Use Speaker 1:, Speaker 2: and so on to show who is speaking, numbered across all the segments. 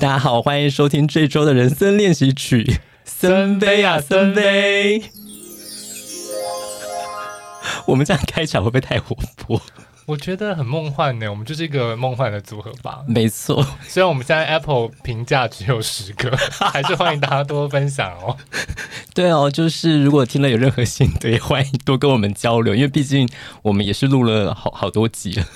Speaker 1: 大家好，欢迎收听这周的人生练习曲。森杯啊，森杯！我们这样开场会不会太活泼？
Speaker 2: 我觉得很梦幻呢，我们就是一个梦幻的组合吧。
Speaker 1: 没错，
Speaker 2: 虽然我们现在 Apple 评价只有十个， 还是欢迎大家多分享哦。
Speaker 1: 对哦，就是如果听了有任何心得，也欢迎多跟我们交流，因为毕竟我们也是录了好好多集 了，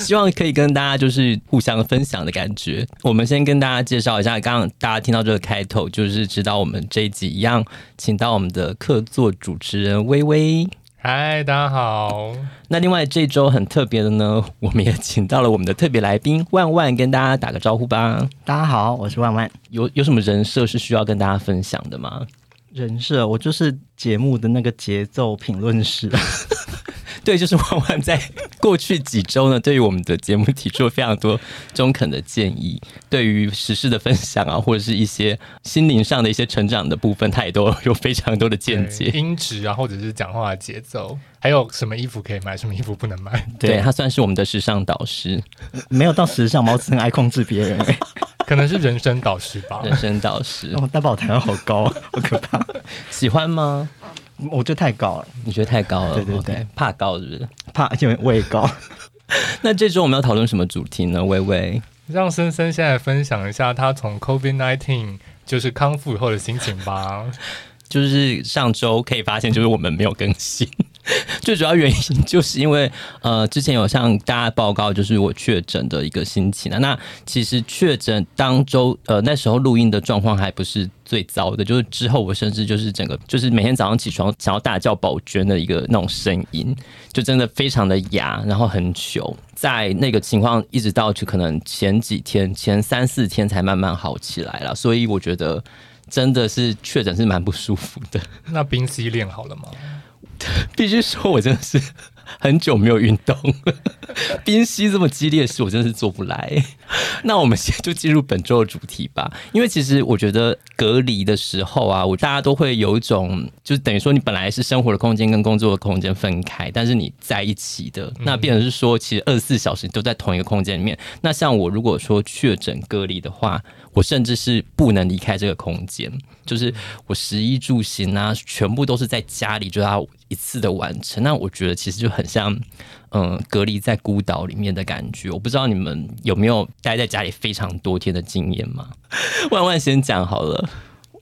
Speaker 1: 希望可以跟大家就是互相分享的感觉。我们先跟大家介绍一下，刚刚大家听到这个开头，就是知道我们这一集一样，请到我们的客座主持人微微。
Speaker 2: 嗨，大家好，
Speaker 1: 那另外这周很特别的呢， 我们也请到了我们的特别来宾万万，跟大家打个招呼吧。
Speaker 3: 大家好，我是万万。
Speaker 1: 有有什么人设是需要跟大家分享的吗？
Speaker 3: 人设我就是节目的那个节奏评论师，
Speaker 1: 对，就是万万在 过去几周呢，对于我们的节目提出了非常多中肯的建议，对于时事的分享啊， 或者是一些心灵上的一些成长的部分，他也都有非常多的见
Speaker 2: 对
Speaker 1: 解。
Speaker 2: 音质啊，或者是讲话的节奏，还有什么衣服可以买，什么衣服不能买，
Speaker 1: 对他算是我们的时尚导师、
Speaker 3: 没有到时尚，毛子很爱控制别 人、欸。
Speaker 2: 可能是人生导师吧。
Speaker 1: 人生导师，
Speaker 3: 哦，但把我抬得好高，好可怕，
Speaker 1: 喜欢吗？
Speaker 3: 我觉得太高了，
Speaker 1: 你觉得太高了，
Speaker 3: 对对对
Speaker 1: OK，怕高是不是？
Speaker 3: 怕因为我也高。
Speaker 1: 那这周我们要讨论什么主题呢？微微，
Speaker 2: 让森森先来分享一下他从 COVID nineteen 就是康复以后的心情吧。
Speaker 1: 就是上周可以发现，就是我们没有更新。最主要原因 就是因为，呃，之前有向大家报告，就是我确诊的一个心情啊。那其实确诊当周，呃，那时候录音的状况还不是最糟的，就是之后我甚至就是整个就是每天早上起床想要大叫宝娟的一个那种声音，就真的非常的哑，然后很糗。在那个情况一直到去可能前几天、前三四天才慢慢好起来了，所以我觉得真的是确诊是蛮不舒服的。
Speaker 2: 那冰淇练好了吗？
Speaker 1: 必须说，我真的是很久没有运动了。 冰嬉这么激烈的事，我真的是做不来。 那我们现在就进入本周的主题吧，因为其实我觉得隔离的时候啊，我大家都会有一种，就是等于说你本来是生活的空间跟工作的空间分开，但是你在一起的，那变成是说，其实二十四小时你都在同一个空间里面。那像我如果说确诊隔离的话，我甚至是不能离开这个空间，就是我食衣住行啊，全部都是在家里就要一次的完成。那我觉得其实就很像，嗯，隔离在孤岛里面的感觉。我不知道你们有没有待在家里非常多天的经验吗？ 万万先讲好了，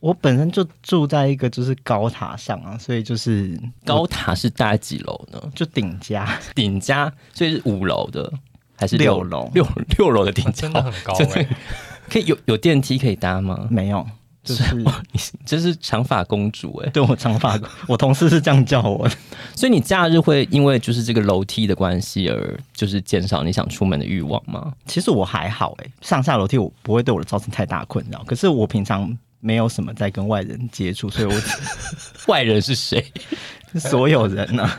Speaker 3: 我本身就住在一个就是高塔上啊，所以就是
Speaker 1: 高塔是大概几楼呢？
Speaker 3: 就顶家，
Speaker 1: 顶家所以是五楼的。还是
Speaker 3: 六楼
Speaker 1: 六六楼的顶家、
Speaker 2: 真的很高
Speaker 1: 真的
Speaker 2: 哎、
Speaker 1: 可以有有电梯可以搭吗？
Speaker 3: 没有，就是
Speaker 1: 你真是长发公主哎、
Speaker 3: 对我长发，我同事是这样叫我的。
Speaker 1: 所以你假日会因为就是这个楼梯的关系而就是减少你想出门的欲望吗？
Speaker 3: 其实我还好哎、上下楼梯我不会对我造成太大困扰，可是我平常没有什么在跟外人接触，所以我。
Speaker 1: 外人是谁？
Speaker 3: 所有人呢、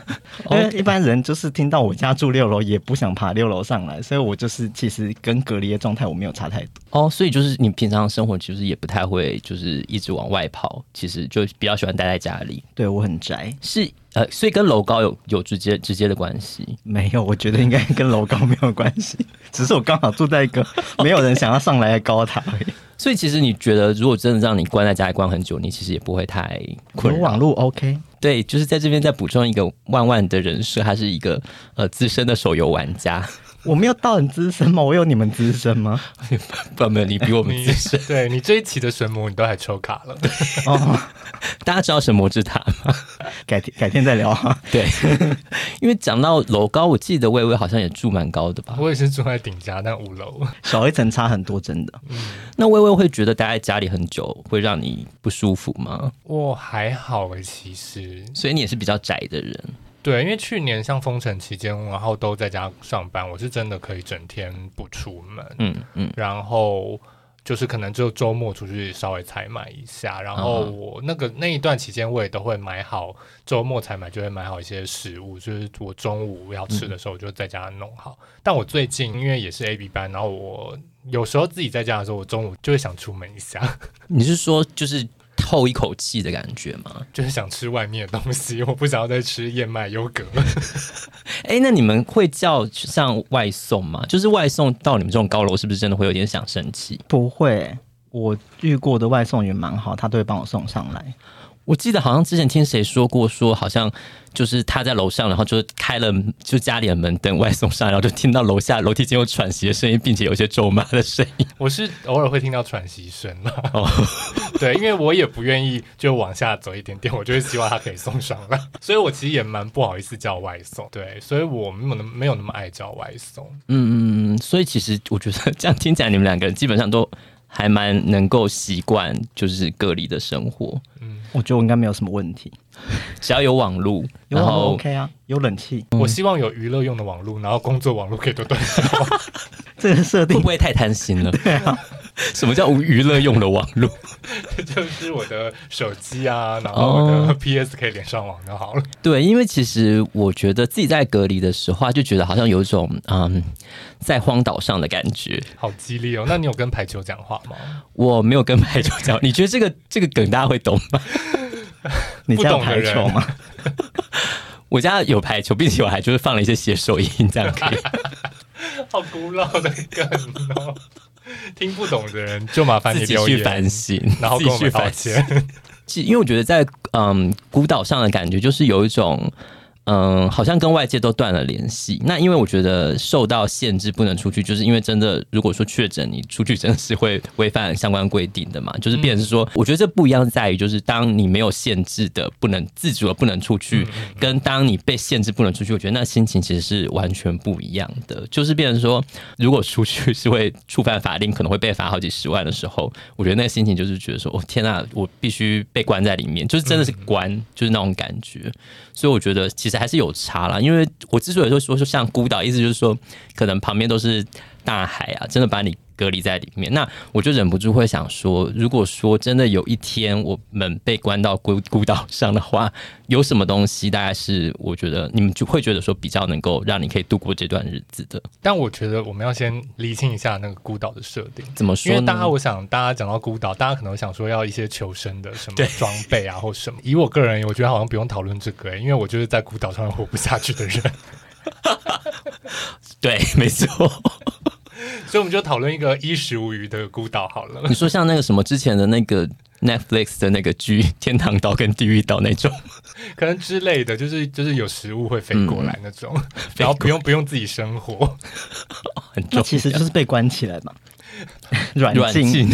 Speaker 3: 因为一般人就是听到我家住六楼，也不想爬六楼上来，所以我就是其实跟隔离的状态我没有差太多。
Speaker 1: 哦，所以就是你平常生活其实也不太会就是一直往外跑，其实就比较喜欢待在家里，
Speaker 3: 对我很宅，
Speaker 1: 是呃，所以跟楼高有有直接直接的关系。
Speaker 3: 没有，我觉得应该跟楼高没有关系， 只是我刚好住在一个没有人想要上来的高塔而已。
Speaker 1: 所以其实你觉得，如果真的让你关在家里关很久，你其实也不会太困
Speaker 3: 有
Speaker 1: 扰。
Speaker 3: 网络 OK，
Speaker 1: 对，就是在这边再补充一个万万的人设，他是一个呃资深的手游玩家。
Speaker 3: 我没有到很资深吗？我有你们资深吗？
Speaker 1: 不，没有你比我们
Speaker 2: 你
Speaker 1: 资深。
Speaker 2: 对你这一期的神魔你都还抽卡了，
Speaker 3: 哦，
Speaker 1: 大家知道神魔之塔吗？
Speaker 3: 改天改天再聊啊。
Speaker 1: 对， 因为讲到楼高，我记得魏巍好像也住蛮高的吧？
Speaker 2: 我也是住在顶家，但五楼。
Speaker 3: 少一层差很多，真的。
Speaker 1: 那魏巍会觉得待在家里很久会让你不舒服吗？
Speaker 2: 我还好诶、其实
Speaker 1: 所以你也是比较宅的人。
Speaker 2: 对，因为去年像封城期间，然后都在家上班，我是真的可以整天不出门，
Speaker 1: 嗯嗯，
Speaker 2: 然后就是可能只有周末出去稍微采买一下，然后
Speaker 1: 嗯
Speaker 2: 我那个那一段期间，我也都会买好，周末采买就会买好一些食物，就是我中午要吃
Speaker 1: 嗯
Speaker 2: 的时候我就在家弄好。但我最近因为也是 A B 班，然后我有时候自己在家的时候，我中午就会想出门一下，
Speaker 1: 你是说就是透一口气的感觉吗？
Speaker 2: 就是想吃外面的东西，我不想要再吃燕麦优格。
Speaker 1: 哎，那你们会叫像外送吗？就是外送到你们这种高楼，是不是真的会有点想生气？
Speaker 3: 不会，我遇过的外送员蛮好，他都会帮我送上来。
Speaker 1: 我记得好像之前听谁说过，说好像就是他在楼上，然后就开了就家里的门等外送上来，然后就听到楼下楼梯间有喘息的声音，并且有一些咒骂的声音。
Speaker 2: 我是偶尔会听到喘息声啦， 对，因为我也不愿意就往下走一点点，我就是希望他可以送上 来，所以我其实也蛮不好意思叫外送，对，所以我没有那么没有那么爱叫外送，
Speaker 1: 嗯嗯嗯，所以其实我觉得这样听起来，你们两个人基本上都还蛮能够习惯就是隔离的生活，
Speaker 3: 我觉得我应该没有什么问题，
Speaker 1: 只要有网路，
Speaker 3: 有
Speaker 1: 然
Speaker 3: 网
Speaker 1: 后
Speaker 3: 络 OK 啊，有冷气，
Speaker 2: 我希望有娱乐用的网络，然后工作网络可以多断。
Speaker 3: 这个设
Speaker 1: 会
Speaker 3: 定
Speaker 1: 不会太贪心了？ 对啊，什么叫无娱乐用的网路？
Speaker 2: 就是我的手机啊，然后我的 PS 可以连上网就好了。
Speaker 1: 对，因为其实我觉得自己在隔离的时候啊，就觉得好像有一种嗯，在荒岛上的感觉。
Speaker 2: 好激烈哦！那你有跟排球讲话吗？
Speaker 1: 我没有跟排球 讲，你觉得这个这个梗大家会懂吗？
Speaker 3: 你家有
Speaker 2: 不懂的
Speaker 3: 排
Speaker 2: 人
Speaker 3: 球吗？
Speaker 1: 我家有排球，并且我还就是放了一些写手音，这样 可以。
Speaker 2: 好古老的梗哦， 听不懂的人就麻烦你
Speaker 1: 自己
Speaker 2: 留
Speaker 1: 去反
Speaker 2: 言，
Speaker 1: 省，
Speaker 2: 然后
Speaker 1: 自己
Speaker 2: 跟我
Speaker 1: 去
Speaker 2: 们道
Speaker 1: 反省。
Speaker 2: 歉。
Speaker 1: 其因为我觉得在嗯孤岛上的感觉，就是有一种嗯，好像跟外界都断了联系。那因为我觉得受到限制不能出去，就是因为真的，如果说确诊，你出去真的是会违反相关规定的嘛。就是变成是说，我觉得这不一样在于，就是当你没有限制的，不能自主的不能出去，跟当你被限制不能出去，我觉得那心情其实是完全不一样的。就是变成说，如果出去是会触犯法令，可能会被罚好几十万的时候，我觉得那个心情就是觉得说，哦天呐、我必须被关在里面，就是真的是关，就是那种感觉。所以我觉得其实还是有差啦。因为我之所以说说说像孤岛，意思就是说，可能旁边都是大海啊，真的把你隔离在里面。那我就忍不住会想说，如果说真的有一天我们被关到孤孤岛上的话，有什么东西大概是我觉得你们就会觉得说比较能够让你可以度过这段日子的？
Speaker 2: 但我觉得我们要先厘清一下那个孤岛的设定。
Speaker 1: 怎么
Speaker 2: 因
Speaker 1: 说
Speaker 2: 为大家，
Speaker 1: 呢？
Speaker 2: 我想大家讲到孤岛，大家可能会想说要一些求生的什么装备啊，或什么。以我个人，我觉得好像不用讨论这个、欸，因为我就是在孤岛上活不下去的 人，
Speaker 1: 对， 没错。
Speaker 2: 所以我们就讨论一个衣食无余的孤岛好了。
Speaker 1: 你说像那个什么之前的那个 Netflix 的那个剧《天堂岛》跟《地狱岛》那种，
Speaker 2: 可能之类的，就是就是有食物会飞过
Speaker 1: 嗯
Speaker 2: 来那种，然后不用不用自己生活，
Speaker 1: 很重
Speaker 3: 那
Speaker 1: 要。
Speaker 3: 其实就是被关起 来嘛，软
Speaker 1: 软
Speaker 3: 禁。
Speaker 1: 禁，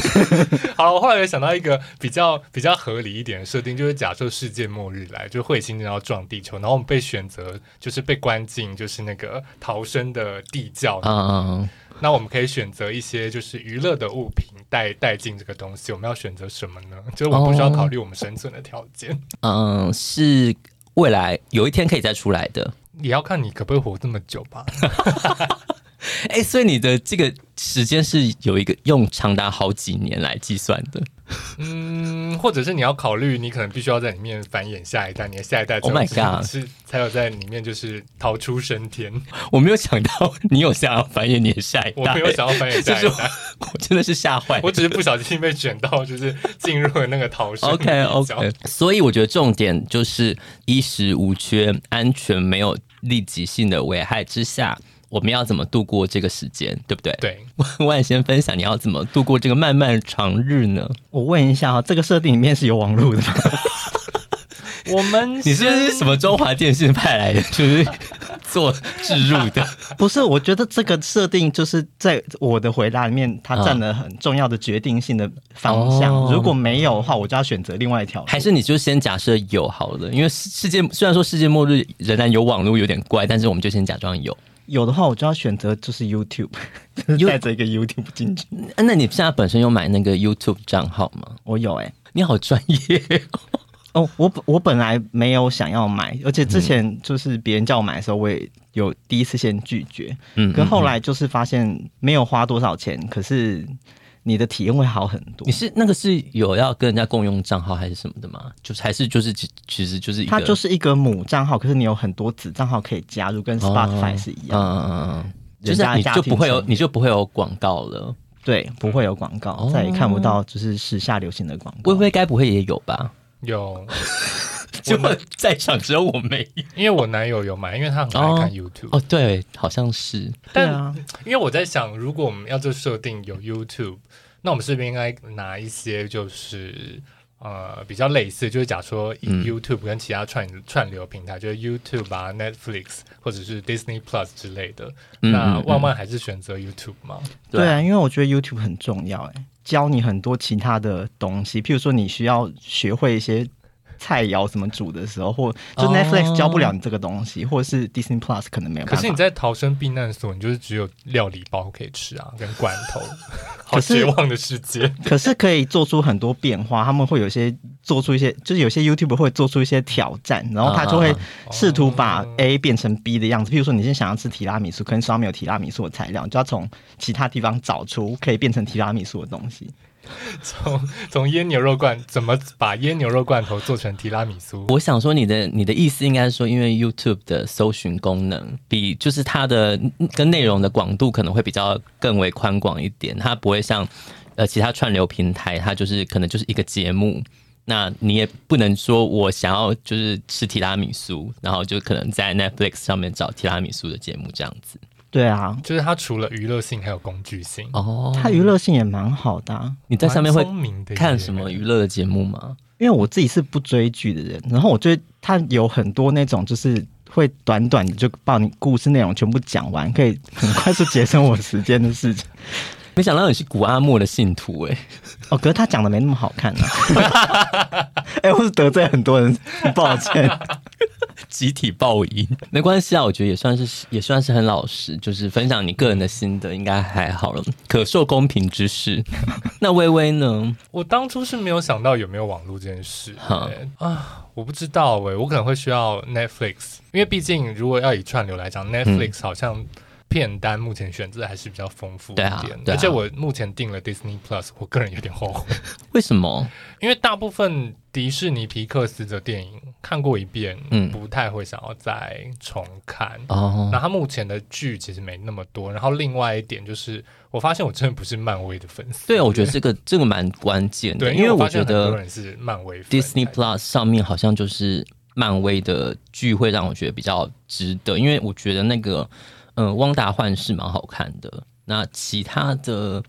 Speaker 2: 好了，我后来有想到一个比较比较合理一点的设定，就是假设世界末日来，就彗星然后撞地球，然后我们被选择就是被关进就是那个逃生的地窖，
Speaker 1: 嗯，
Speaker 2: 那我们可以选择一些就是娱乐的物品带带进这个东西，我们要选择什么呢？就是我们不需要考虑我们生存的条件，
Speaker 1: 嗯，是未来有一天可以再出来的。
Speaker 2: 也要看你可不可以活这么久吧。
Speaker 1: 哎、所以你的这个时间是有一个用长达好几年来计算的。
Speaker 2: 嗯，或者是你要考虑，你可能必须要在里面繁衍下一代，你的下一代才
Speaker 1: Oh my
Speaker 2: 有
Speaker 1: God
Speaker 2: 是才有在里面就是逃出升天。
Speaker 1: 我没有想到你有想要繁衍你的下一代，
Speaker 2: 我没有想要繁衍
Speaker 1: 就
Speaker 2: 下
Speaker 1: 是
Speaker 2: 一
Speaker 1: 我
Speaker 2: 代，
Speaker 1: 我真的是吓坏了
Speaker 2: 我。只是不小心被卷到，就是进入了那个逃生
Speaker 1: OK
Speaker 2: 比较
Speaker 1: OK，所以我觉得重点就是衣食无缺、安全没有立即性的危害之下，我们要怎么度过这个时间，对不对？
Speaker 2: 对，
Speaker 1: 万万先分享你要怎么度过这个漫漫长日呢？
Speaker 3: 我问一下哈、这个设定里面是有网络的吗？
Speaker 2: 我们
Speaker 1: 你是不是什么中华电信派来的，就是做置入的？
Speaker 3: 不是，我觉得这个设定就是在我的回答里面，它
Speaker 1: 嗯
Speaker 3: 占了很重要的决定性的方向。
Speaker 1: 哦
Speaker 3: 如果没有的话，我就要选择另外一条路。
Speaker 1: 还是你就先假设有好了？因为世世界虽然说世界末日仍然有网络有点怪，但是我们就先假装有。
Speaker 3: 有的话，我就要选择就是 YouTube，就是 带着一个 YouTube 进去。
Speaker 1: 啊那你现在本身有买那个 YouTube 账号吗？
Speaker 3: 我有哎、
Speaker 1: 你好专业
Speaker 3: 哦，我本我本来没有想要买，而
Speaker 1: 嗯
Speaker 3: 且之前就是别人叫我买的时候，我也有第一次先拒绝，
Speaker 1: 嗯
Speaker 3: 嗯，可后来就是发现没有花多少钱，可是你的体验会好很多
Speaker 1: 你。是那个是有要跟人家共用账号还是什么的吗？就是还是就是其其实就是一个，
Speaker 3: 它就是一个母账号，可是你有很多子账号可以加入，跟
Speaker 1: 哦啊
Speaker 3: Spotify 是一样的。
Speaker 1: 嗯嗯嗯嗯，就是
Speaker 3: 人家的
Speaker 1: 你
Speaker 3: 家
Speaker 1: 就
Speaker 3: 庭
Speaker 1: 不会有
Speaker 3: 成员
Speaker 1: 你就不会有广告了。
Speaker 3: 对，不会有广告，再也看不到就是时下流行的广告。
Speaker 1: 哦微微该不会也有 吧？
Speaker 2: 有，
Speaker 1: 结果在场只有我没有。
Speaker 2: 因为我男友有买，因为他很爱看 YouTube。
Speaker 1: 哦，对，好像是。
Speaker 3: 对
Speaker 2: 但
Speaker 3: 啊，
Speaker 2: 因为我在想，如果我们要就设定有 YouTube，那我们是不是应该拿一些就是呃比较类似，就是假说以
Speaker 1: 嗯
Speaker 2: YouTube 跟其他串、串流平台，就是 YouTube 啊、Netflix 或者是 Disney Plus 之类的，
Speaker 1: 嗯
Speaker 2: 那
Speaker 1: 嗯嗯
Speaker 2: 万万还是选择 YouTube 吗？
Speaker 1: 对啊
Speaker 3: 对啊，因为我觉得 YouTube 很重要，哎，教你很多其他的东西，譬如说你需要学会一些菜肴怎么煮的时候，或就
Speaker 1: 哦
Speaker 3: Netflix 教不了你这个东西，或者是 Disney Plus 可能没有
Speaker 2: 可
Speaker 3: 办
Speaker 2: 是你
Speaker 3: 法。
Speaker 2: 在逃生避难所，你就是只有料理包可以吃啊，跟罐 头，好
Speaker 3: 可是
Speaker 2: 绝望的世界。
Speaker 3: 可是可以做出很多变化，他们会有些做出一些，就是有些 YouTube 会做出一些挑战，然后他就会
Speaker 1: 啊哦
Speaker 3: 试图把 A 变成 B 的样子。譬如说，你现在想要吃提拉米苏，可是手上没有提拉米苏的材料，你就要从其他地方找出可以变成提拉米苏的东西。
Speaker 2: 从从腌牛肉罐怎么把腌牛肉罐头做成提拉米苏？
Speaker 1: 我想说，你的你的意思应该是说，因为 YouTube 的搜寻功能比就是它的嗯跟内容的广度可能会比较更为宽广一点，它不会像呃其他串流平台，它就是可能就是一个节目。那你也不能说我想要就是吃提拉米苏，然后就可能在 Netflix 上面找提拉米苏的节目这样子。
Speaker 3: 对啊，
Speaker 2: 就是它除了娱乐性，还有工具性。
Speaker 1: 哦，
Speaker 3: 它娱乐性也蛮好的啊、
Speaker 1: 你在上面会
Speaker 2: 蛮聪明的耶
Speaker 1: 看什么娱乐的节目吗？
Speaker 3: 因为我自己是不追剧的人，然后我觉得它有很多那种就是会短短的就把你故事内容全部讲完，可以很快速节省我时间的事情。
Speaker 1: 没想到你是古阿莫的信徒哎、
Speaker 3: 哦，可是他讲的没那么好看啊。哎、我是得罪很多人，很抱歉。
Speaker 1: 集体爆音， 没关系啊，我觉得也算是也算是很老实，就是分享你个人的心得，应该还好了，可受公平之 事。那微微呢？
Speaker 2: 我当初是没有想到有没有网络这件事
Speaker 1: 哈
Speaker 2: 欸啊，我不知道诶、我可能会需要 Netflix，因为毕竟如果要以串流来
Speaker 1: 嗯
Speaker 2: 讲，Netflix 好像片单目前选择还是比较丰富一
Speaker 1: 对
Speaker 2: 点，
Speaker 1: 啊对啊
Speaker 2: 而且我目前订了 Disney Plus，我个人有点后悔，
Speaker 1: 为什么？
Speaker 2: 因为大部分迪士尼皮克斯的电影看过一遍，
Speaker 1: 嗯
Speaker 2: 不太会想要再重看。
Speaker 1: 哦
Speaker 2: 那他目前的剧其实没那么多，然后另外一点就是，我发现我真的不是漫威的粉丝。
Speaker 1: 对，啊我觉得这个这个蛮关键的，
Speaker 2: 对，
Speaker 1: 因为
Speaker 2: 我
Speaker 1: 我
Speaker 2: 发现
Speaker 1: 觉
Speaker 2: 很多
Speaker 1: 得
Speaker 2: 人是漫威粉
Speaker 1: Disney
Speaker 2: 才
Speaker 1: Plus 上面好像就是漫威的剧会让我觉得比较值得，因为我觉得那个嗯、呃汪达幻视蛮好看的，那其他的。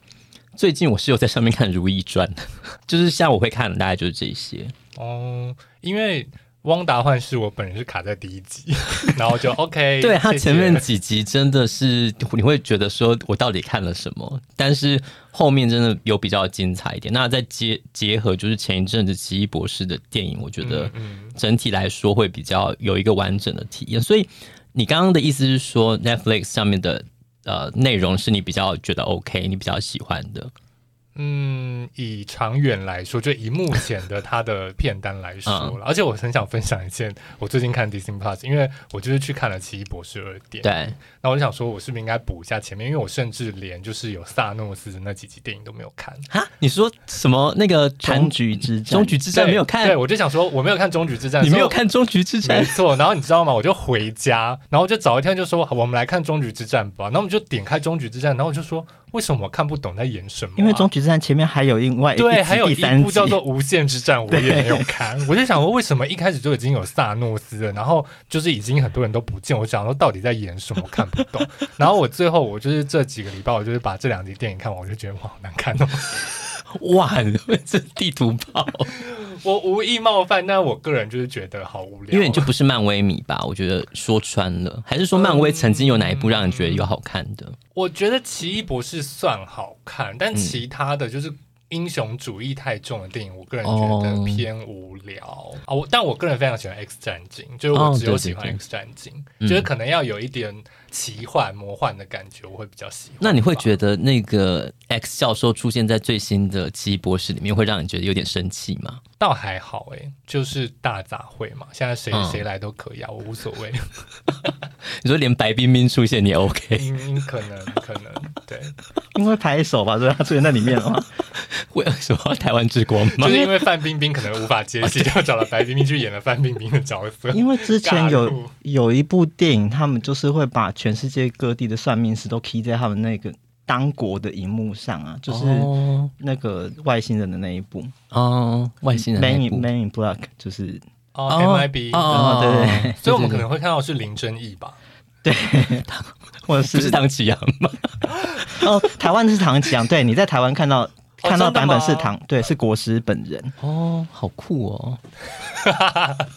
Speaker 1: 最近我是有在上面看《如懿传》， 就是像我会看的，大概就是这些。
Speaker 2: 哦，因为《汪达幻视》我本人是卡在第一集， 然后就 OK 谢谢。
Speaker 1: 对他前面几集真的是你会觉得说我到底看了什么，但是后面真的有比较精彩一点。那再结结合就是前一阵子《奇异博士》的电影，我觉得
Speaker 2: 嗯，
Speaker 1: 整体来说会比较有一个完整的体验。所以你刚刚的意思是说，Netflix 上面的呃内容是你比较觉得 OK，你比较喜欢的。
Speaker 2: 嗯，以长远来说，就以目前的它的片单来说
Speaker 1: 嗯
Speaker 2: 了，而且我很想分享一件我最近看 Disney Plus，因为我就是去看了《奇异博士二》点，
Speaker 1: 对，
Speaker 2: 然后我就想说，我是不是应该补一下前面，因为我甚至连就是有萨诺斯的那几集电影都没有看。
Speaker 1: 哈，你说什么那个
Speaker 3: 终局之战，
Speaker 1: 终局之战
Speaker 2: 对
Speaker 1: 没有看
Speaker 2: 对，？我就想说我没有看《终局之战》，
Speaker 1: 你没有
Speaker 2: 看。
Speaker 1: 看终局之
Speaker 2: 没
Speaker 1: 战？
Speaker 2: 错，然后你知道吗？我就回家，然后就找一天就说好我们来看《终局之战》吧。然后我们就点开《终局之战》，然后我就说为什么我看不懂在演什么啊、
Speaker 3: 因为终局之战前面还有另外一
Speaker 2: 对，
Speaker 3: 集
Speaker 2: 还有
Speaker 3: 第
Speaker 2: 哎一
Speaker 3: 三
Speaker 2: 部
Speaker 3: 集
Speaker 2: 叫做《无限之战》，我也没有 看。我就想说，为什么一开始就已经有萨诺斯了，然后就是已经很多人都不见，我想说到底在演什么，我看不 懂。然后我最后我就是这几个礼拜，我就是把这两集电影看完，我就觉得哇，好难看哦。
Speaker 1: 哇，这地图炮！
Speaker 2: 我无意冒犯，但我个人就是觉得好无聊，啊
Speaker 1: 因为你就不是漫威迷吧？我觉得说穿了，还是说漫威曾经有哪一部让你觉得有好看的？
Speaker 2: 我觉得《奇异博士》算好看，但其他的就是英雄主义太重的电影，我个人觉得偏无聊啊、我但我个人非常喜欢《X 战警》，就是
Speaker 1: 哦
Speaker 2: 我只有
Speaker 1: 对
Speaker 2: 喜
Speaker 1: 对
Speaker 2: 欢
Speaker 1: 对
Speaker 2: 《X 战警》
Speaker 1: 嗯
Speaker 2: 就是可能要有一点奇幻、魔幻的感觉，我会比较喜欢吧。
Speaker 1: 那你会觉得那个 X 教授出现在最新的《奇异博士》里面，会让你觉得有点生气吗？
Speaker 2: 倒还好诶、就是大杂烩嘛，现在谁、
Speaker 1: 嗯
Speaker 2: 谁来都可以啊，我无所 谓。
Speaker 1: 你说连白冰冰出现你也 OK，
Speaker 2: 嗯，可能可能对，
Speaker 3: 因为拍手吧，所以他出现在里面了 嘛。
Speaker 1: 为什么台湾之光吗
Speaker 2: 就？是因为范冰冰可能无法接戏，就找了白冰冰去演了范冰冰的角色。
Speaker 3: 因为之前
Speaker 2: 尬入
Speaker 3: 有有一部电影，他们就是会把全世界各地的算命师都 key 在他们那个当国的荧幕上啊，就是
Speaker 1: 哦
Speaker 3: 那个外星人的那一部
Speaker 1: 哦，外星
Speaker 3: 《
Speaker 1: 人那
Speaker 3: Man
Speaker 1: 一
Speaker 3: in
Speaker 1: 部
Speaker 3: Man in Black》，就是
Speaker 2: 哦
Speaker 1: 哦
Speaker 2: ，MIB，
Speaker 1: 哦，
Speaker 3: 对对
Speaker 1: 对
Speaker 2: 所以我们可能会看到是林正义吧？
Speaker 3: 或者
Speaker 1: 不是
Speaker 3: 是
Speaker 1: 唐启阳吗？
Speaker 3: 哦，台湾是唐吉阳，对，你在台湾看到看
Speaker 2: 真
Speaker 3: 到
Speaker 2: 的
Speaker 3: 版本是
Speaker 2: 吗
Speaker 3: 唐，对，是国师本人。
Speaker 1: 哦，好酷哦！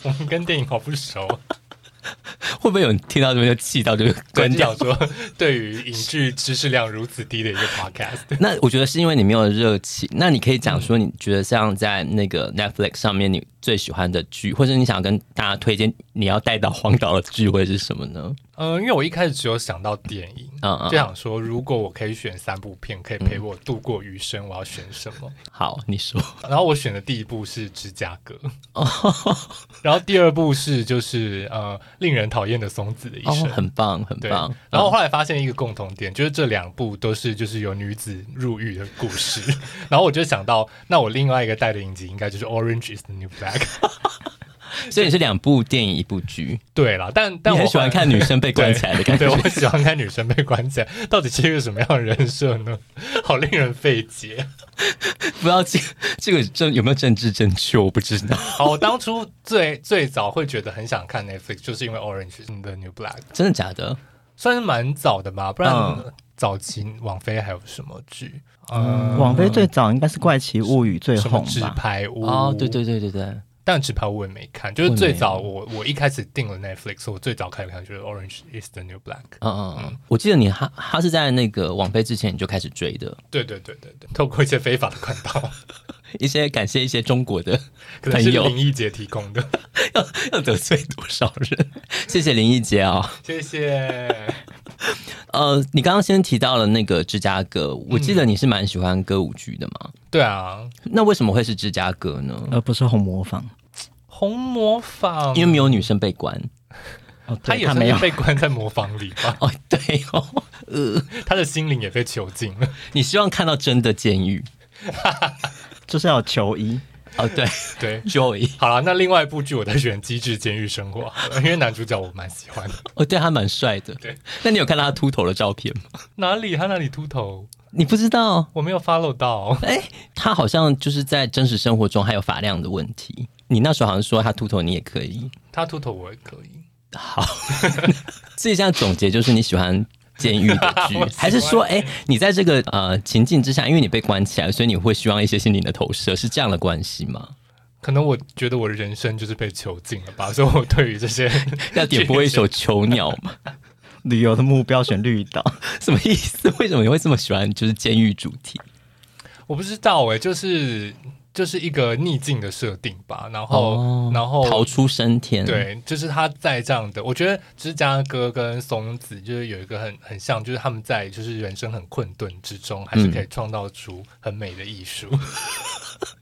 Speaker 2: 我们跟电影好不 熟，
Speaker 1: 会不会有人听到这边就气到就关
Speaker 2: 跟
Speaker 1: 掉
Speaker 2: 讲？说对于影剧知识量如此低的一个 podcast，
Speaker 1: 那我觉得是因为你没有热情。那你可以讲说，你觉得像在那个 Netflix 上面，你最喜欢的剧，或者你想跟大家推荐你要带到荒岛的剧会是 什么呢？
Speaker 2: 呃，因为我一开始只有想到电影。
Speaker 1: 嗯嗯
Speaker 2: 就，想说，如果我可以选三部片可以陪我度过余生，我要选什么？
Speaker 1: 好，你说。
Speaker 2: 然后我选的第一部是《芝加哥》，
Speaker 1: 哦
Speaker 2: 然后第二部是就是呃，令人讨厌的松子的一
Speaker 1: 哦，
Speaker 2: 生。
Speaker 1: 很棒，很
Speaker 2: 对，
Speaker 1: 棒。
Speaker 2: 然后后来发现一个共同点，就是这两部都是就是有女子入狱的故事。 然后我就想到，那我另外一个带的影集应该就是《Orange Is the New Black》。
Speaker 1: 所以你是两部电影，一部剧。
Speaker 2: 对啦，但但
Speaker 1: 你
Speaker 2: 我
Speaker 1: 很喜欢
Speaker 2: 后来
Speaker 1: 看女生被关起来的感
Speaker 2: 对
Speaker 1: 觉。
Speaker 2: 我喜欢看女生被关起来，到底是一个什么样的人设呢？ 好令人费解。
Speaker 1: 不知道这这个政有没有政治正确，我不知道。
Speaker 2: 好，我当初最最早会觉得很想看 Netflix，就是因为《Orange Is the New Black》，
Speaker 1: 真的假的？
Speaker 2: 算是蛮早的吧，不然
Speaker 1: 嗯
Speaker 2: 早期网飞还有什么剧？嗯，
Speaker 3: 网飞最早应该是《怪奇物语》最
Speaker 2: 什么
Speaker 3: 红
Speaker 2: 纸
Speaker 3: 吧？
Speaker 2: 牌屋？
Speaker 1: 哦，对对对对对，
Speaker 2: 但纸牌我也没看，就是最早我我一开始订了 Netflix，我最早开始看就是《Orange Is the New Black》。
Speaker 1: 嗯嗯嗯，我记得你他他是在那个网飞之前你就开始追的，
Speaker 2: 对对对对对，透过一些非法的管道，
Speaker 1: 一些感谢一些中国的
Speaker 2: 可能
Speaker 1: 朋
Speaker 2: 是
Speaker 1: 友，
Speaker 2: 林忆杰提供的，
Speaker 1: 要要得罪多少人？谢谢林忆杰啊、
Speaker 2: 谢谢。
Speaker 1: 呃，你刚刚先提到了那个芝加哥，我记得你是蛮喜欢歌舞剧的嘛？
Speaker 2: 对啊，
Speaker 1: 那为什么会是芝加哥呢？
Speaker 3: 而不是红模仿。
Speaker 2: 红模仿，
Speaker 1: 因为没有女生被关
Speaker 3: 哦，
Speaker 2: 他
Speaker 3: 对
Speaker 2: 也
Speaker 3: 他没有
Speaker 2: 是。被关在模仿里吧，
Speaker 1: 哦，对哦，
Speaker 2: 他的心灵也被囚禁了。
Speaker 1: 你希望看到真的监狱
Speaker 3: 就是要有球衣，
Speaker 1: 哦，对
Speaker 2: 对，
Speaker 1: ，Joy，
Speaker 2: 好了，那另外一部剧我在选《机智监狱生活》好了，因为男主角我蛮喜欢的。
Speaker 1: 哦，对他蛮帅的。
Speaker 2: 对，
Speaker 1: 那你有看到他秃头的照片吗？
Speaker 2: 哪里他哪里秃头，
Speaker 1: 你不知道，
Speaker 2: 我没有 follow 到。
Speaker 1: 他好像就是在真实生活中还有发量的问题。你那时候好像说他秃头，你也可以。
Speaker 2: 他秃头我也可以。
Speaker 1: 所以现在总结就是你喜欢监狱的剧
Speaker 2: 我喜欢，
Speaker 1: 还是说，哎、你在这个呃情境之下，因为你被关起来，所以你会希望一些心灵的投射，是这样的关系 吗？
Speaker 2: 可能我觉得我的人生就是被囚禁了吧，所 以我对于 这些
Speaker 1: 要点播一首《囚鸟》 吗？
Speaker 3: 旅游的目标选 绿岛，
Speaker 1: 什么意思？为什么你会这么喜欢就是监狱主题？
Speaker 2: 我不知道哎、就是就是一个逆境的设定吧。然后、
Speaker 1: 哦
Speaker 2: 然后
Speaker 1: 逃出升天，，
Speaker 2: 对，就是他在这样的，我觉得芝加哥跟松子就是有一个很很像，就是他们在就是人生很困顿之中，还是可以创造出很美的 艺术。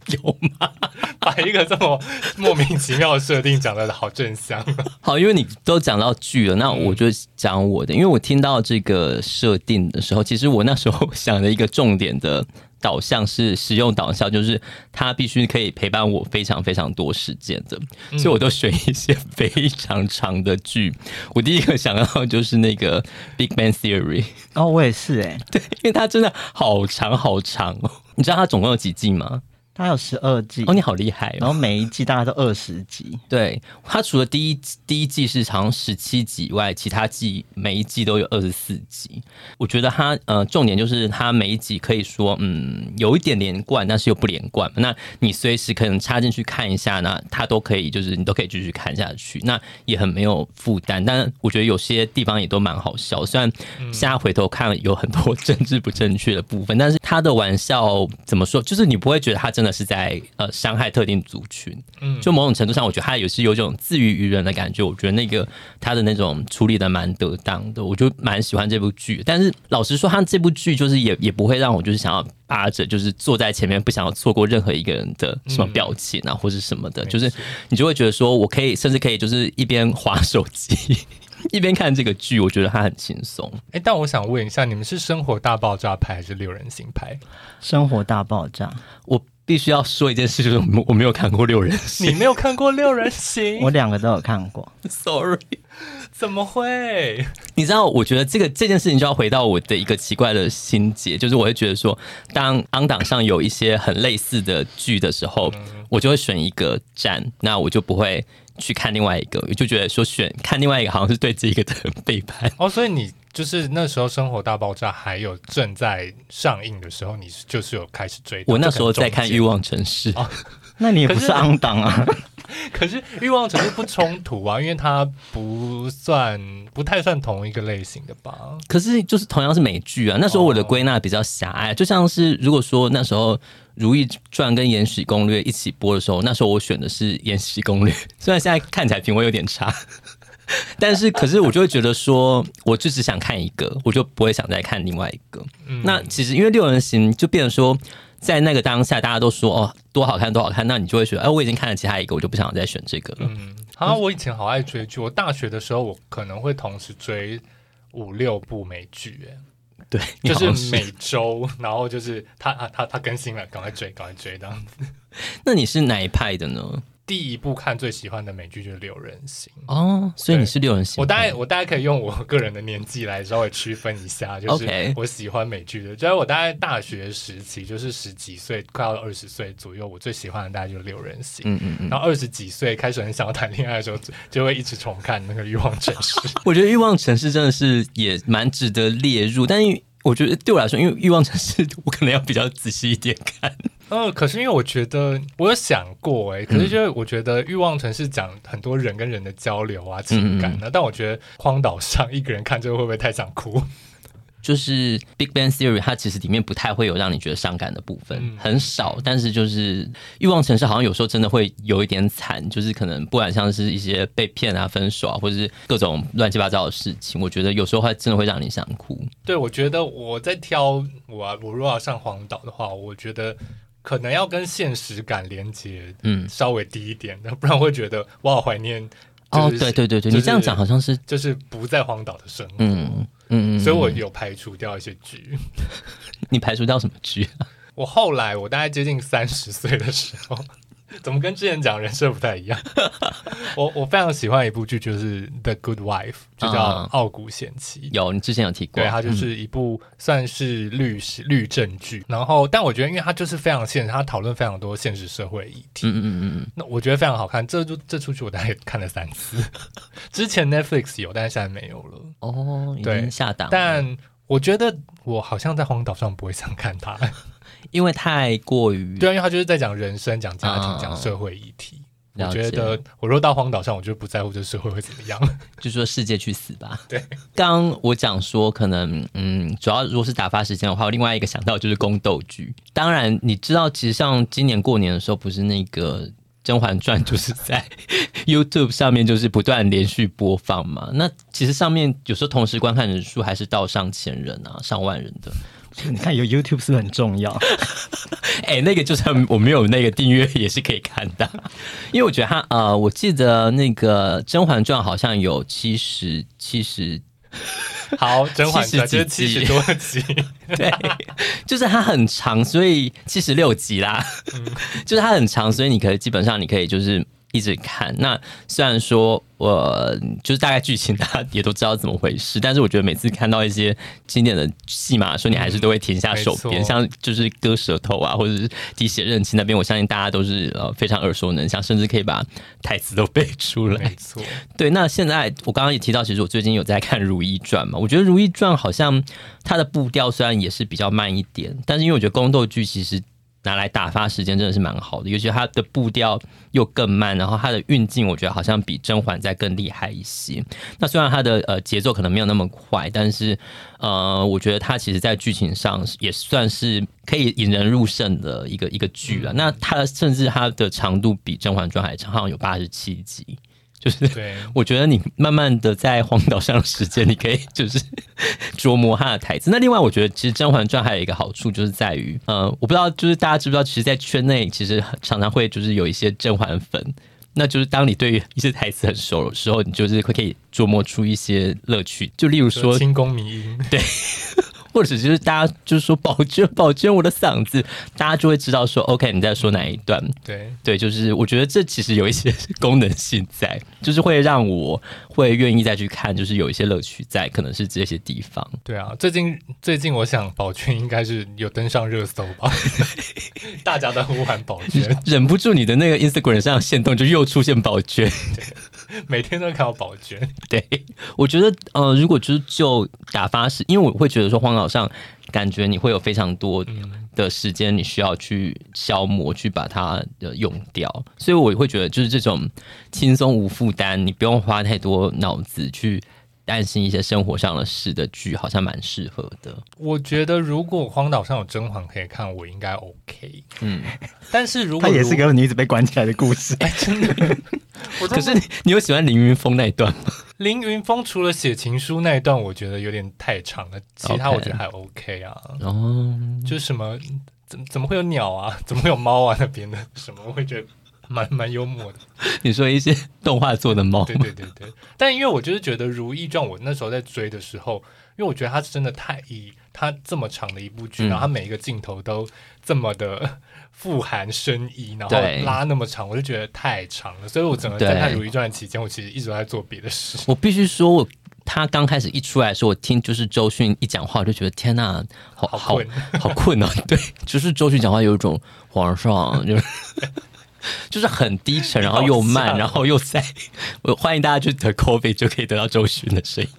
Speaker 1: 有吗？
Speaker 2: 把一个这么莫名其妙的设定讲的好正 向，
Speaker 1: 好，因为你都讲到剧了，那我就讲我的，因为我听到这个设定的时候，其实我那时候想的一个重点的导向是实用导向，就是它必须可以陪伴我非常非常多时间的，所以我都选一些非常长的剧。我第一个想要的就是那个《Big Bang Theory》，
Speaker 3: 哦，我也是哎、
Speaker 1: 对，因为它真的好长好长哦。你知道它总共有几季吗？
Speaker 3: 它有十二季，
Speaker 1: 哦，你好厉害哦！
Speaker 3: 然后每一季大概都二十集，
Speaker 1: 对，它除了第一第一季是长十七集以外，其他季每一季都有二十四集。我觉得它呃，重点就是它每一集可以说嗯有一点连贯，但是又不连贯。那你随时可能插进去看一下，那它都可以，就是你都可以继续看下去，那也很没有负担。但我觉得有些地方也都蛮好笑，虽然现在回头看有很多政治不正确的部分，但是他的玩笑怎么说，就是你不会觉得他真的是在呃伤害特定族群。就某种程度上，我觉得他也是有一种自娱于人的感觉。我觉得那个他的那种处理的蛮得当的，我就蛮喜欢这部剧。但是老实说，他这部剧就是也也不会让我就是想要扒着，就是坐在前面不想要错过任何一个人的什么表情啊，或是什么的，就是你就会觉得说我可以甚至可以就是一边划手机 一边看这个剧，我觉得它很轻松。
Speaker 2: 哎，但 我想问一下，你们是生活大爆炸派还是六人行派？
Speaker 3: 《生活大爆炸》
Speaker 1: 我必须要说一件事，就是我没我没有看过六人
Speaker 2: 你
Speaker 1: 行
Speaker 2: 没有看过《六人行
Speaker 3: 我》？两个都有看过。
Speaker 1: ，sorry。
Speaker 2: 怎么会？
Speaker 1: 你知道，我觉得这个这件事情就要回到我的一个奇怪的心结，就是我会觉得说，当昂档上有一些很类似的剧的时候，我就会选一个站，那我就不会去看另外一个，我就觉得说选看另外一个好像是对这一个的很背叛。
Speaker 2: 哦，所以你就是那时候《生活大爆炸》还有正在上映的时候，你是就是有开始追到。
Speaker 1: 我那时候在看《欲
Speaker 2: 望，
Speaker 1: 望城市》
Speaker 2: 哦
Speaker 3: 那你也不
Speaker 2: 可
Speaker 3: 是
Speaker 2: 是
Speaker 3: 昂档啊？
Speaker 2: 可是《欲望城市》不冲突啊，因为它不算不太算同一个类型的吧？
Speaker 1: 可是就是同样是美剧啊，那时候我的
Speaker 2: 哦
Speaker 1: 归纳比较狭隘，就像是如果说那时候《如懿传》跟《延禧攻略》一起播的时候，那时候我选的是《延禧攻略》， 虽然现在看起来品味有点差， 但是可是我就会觉得说，我就只想看一个，我就不会想再看另外一个。
Speaker 2: 嗯
Speaker 1: 那其实因为六人行就变成说。在那个当下，大家都说哦多好看多好看，那你就会觉得哎、我已经看了其他一个，我就不想再选这个了。
Speaker 2: 嗯，好像我以前好爱追剧，我大学的时候我可能会同时追五六部美剧、哎
Speaker 1: 对，你
Speaker 2: 就
Speaker 1: 好像
Speaker 2: 是每周，然后就是它它它它更新了，赶快追，赶快追这样子。
Speaker 1: 那你是哪一派的呢？
Speaker 2: 第一部看最喜欢的美剧就是《六人行》。
Speaker 1: 哦，所以你是六人行派。
Speaker 2: 我大概我大概可以用我个人的年纪来稍微区分一下，就是
Speaker 1: OK
Speaker 2: 我喜欢美剧的，就是我大概大学时期，就是十几岁快要二十岁左右，我最喜欢的大概就是《六人行》
Speaker 1: 嗯嗯嗯。
Speaker 2: 然后二十几岁开始很想要谈恋爱的时候， 就就会一直重看那个《欲望城 市》
Speaker 1: 我觉得《欲望城市》真的是也蛮值得列入，但是我觉得对我来说，因为《欲望城市》我可能要比较仔细一点看。
Speaker 2: 嗯，可是因为我觉得我有想过哎、可是就是我觉得《欲望城市》讲很多人跟人的交流啊、情感啊，但我觉得《荒岛上》一个人看这个会不会太想哭？
Speaker 1: 就是《Big Bang Theory》，它其实里面不太会有让你觉得伤感的部分，
Speaker 2: 嗯
Speaker 1: 很少。但是就是《欲望城市》，好像有时候真的会有一点惨，就是可能不管像是一些被骗啊、分手啊，或者是各种乱七八糟的事情，我觉得有时候还真的会让你想哭。
Speaker 2: 对，我觉得我在挑我、啊、我如果要上荒岛的话，我觉得可能要跟现实感连接
Speaker 1: 嗯，
Speaker 2: 稍微低一点，不然会觉得我好怀念、
Speaker 1: 哦，
Speaker 2: 就是
Speaker 1: 对对对对，
Speaker 2: 就是
Speaker 1: 你这样讲好像是，
Speaker 2: 就是不在荒岛的生活。
Speaker 1: 嗯嗯嗯，
Speaker 2: 所以我
Speaker 1: 嗯
Speaker 2: 有排除掉一些剧。
Speaker 1: 你排除掉什么剧？
Speaker 2: 我后来我大概接近三十岁的时候，怎么跟之前讲人设不太一样？我我非常喜欢一部剧，就是《The Good Wife》，就叫
Speaker 1: 啊
Speaker 2: 《傲骨贤妻》。
Speaker 1: 有，你之前有提过，
Speaker 2: 对，它就
Speaker 1: 嗯
Speaker 2: 是一部算是律师、律政剧，然后但我觉得，因为它就是非常现实，它讨论非常多现实社会议题，
Speaker 1: 嗯嗯嗯嗯嗯。
Speaker 2: 那我觉得非常好看。这就这出剧我大概看了三次， 之前 Netflix 有，但是现在没有了。
Speaker 1: 哦，已
Speaker 2: 对
Speaker 1: 经下档了，
Speaker 2: 但我觉得我好像在荒岛上不会想看它，
Speaker 1: 嗯因为太过于
Speaker 2: 对啊，因为它就是在讲人生、讲家庭、
Speaker 1: 嗯
Speaker 2: 讲社会议题。我
Speaker 1: 了解
Speaker 2: 觉得我若到荒岛上，我就不在乎这社会会怎么样。
Speaker 1: 就说世界去死吧。
Speaker 2: 对，
Speaker 1: 刚刚我讲说可能嗯，主要如果是打发时间的话，我另外一个想到就是宫斗剧。当然，你知道，其实像今年过年的时候，不是那个。《甄嬛传》就是在 YouTube 上面就是不断连续播放嘛，那其实上面有时候同时观看人数还是到上千人啊、上万人的。
Speaker 3: 你看有 YouTube 是不是很重要？
Speaker 1: 哎、那个就算我没有那个订阅也是可以看的，因为我觉得他呃，我记得那个《甄嬛传》好像有七十七十，
Speaker 2: 好，《甄嬛传》就是
Speaker 1: 70
Speaker 2: 七
Speaker 1: 几集
Speaker 2: 十多集，
Speaker 1: 对，就是它很长，所以七十六集啦，
Speaker 2: 嗯
Speaker 1: 就是它很长，所以你可以基本上你可以就是。一直看，那虽然说我、呃就是大概剧情大家也都知道怎么回事，但是我觉得每次看到一些经典的戏码的时候，你还是都会停下手
Speaker 2: 嗯没
Speaker 1: 边，
Speaker 2: 错
Speaker 1: 像就是割舌头啊，或者是滴血认亲那边，我相信大家都是呃非常耳熟能详，甚至可以把台词都背出来
Speaker 2: 没。错。
Speaker 1: 对，那现在我刚刚也提到，其实我最近有在看《如懿传》嘛，我觉得《如懿传》好像它的步调虽然也是比较慢一点，但是因为我觉得宫斗剧其实拿来打发时间真的是蛮好的，尤其它的步调又更慢，然后它的运镜我觉得好像比《甄嬛》再更厉害一些。那虽然它的呃节奏可能没有那么快，但是呃，我觉得它其实在剧情上也算是可以引人入胜的一个一个剧了。那它甚至它的长度比《甄嬛传》还长，好像有八十七集。就是
Speaker 2: 对，
Speaker 1: 我觉得你慢慢的在荒岛上的时间，你可以就是 琢磨他的台词。那另外，我觉得其实《甄嬛传》还有一个好处就是在于，呃，我不知道就是大家知不知道，其实，在圈内其实常常会就是有一些甄嬛粉。那就是当你对于一些台词很熟的时候，你就是会可以琢磨出一些乐趣。就例如
Speaker 2: 就
Speaker 1: 说，
Speaker 2: 清宫迷音，
Speaker 1: 或者就是大家就是说保证保证我的嗓子，大家就会知道说 OK 你在说哪一段。
Speaker 2: 对，
Speaker 1: 对，就是我觉得这其实有一些 功能性在，就是会让我会愿意再去看，就是有一些乐趣在，可能是这些地方。
Speaker 2: 对啊，最近最近我想宝娟应该是有登上热搜吧，大家都在呼喊宝 娟，
Speaker 1: 忍不住你的那个 Instagram 上限动就又出现宝娟，
Speaker 2: 每天都看到宝娟。
Speaker 1: 对我觉得呃，如果就是就打发时，因为我会觉得说荒岛上感觉你会有非常多的时间，你需要去消磨，去把它呃用掉，所以我会觉得就是这种轻松无负担，你不用花太多脑子去。担心一些生活上的事的剧，好像蛮适合的。
Speaker 2: 我觉得如果荒岛上有甄嬛可以看，我应该 OK。
Speaker 1: 嗯，
Speaker 2: 但是如
Speaker 3: 它
Speaker 2: 果
Speaker 3: 也是个女子被关起来的故事。
Speaker 2: 我都
Speaker 1: 可是你你有喜欢凌云峰那一段吗？
Speaker 2: 凌云峰除了写情书那一段，我觉得有点太长了，其他
Speaker 1: OK
Speaker 2: 我觉得还 OK 啊。
Speaker 1: 哦，
Speaker 2: 就什么怎怎么会有鸟啊，怎么会有猫啊那边的什么，我会觉得蛮蛮幽默的。
Speaker 1: 你说一些动画做的猫
Speaker 2: 对对对对，但因为我就是觉得《如懿传》，我那时候在追的时候，因为我觉得它真的太以它这么长的一部剧，
Speaker 1: 嗯
Speaker 2: 然后它每一个镜头都这么的 富含深意，然后
Speaker 1: 对
Speaker 2: 拉那么长，我就觉得太长了。所以我整个在
Speaker 1: 对
Speaker 2: 看《如懿传》的期间，我其实一直都在做别的事。
Speaker 1: 我必须说，我他刚开始一出来的时候，我听就是周迅一讲话，我就觉得天呐、好
Speaker 2: 好
Speaker 1: 好
Speaker 2: 困
Speaker 1: 好困啊！对，就是周迅讲话有一种皇上就是。 就是很低沉，然后又
Speaker 2: 好
Speaker 1: 慢，
Speaker 2: 像
Speaker 1: 然后又在。我欢迎大家去得 COVID 就可以得到周迅的声音。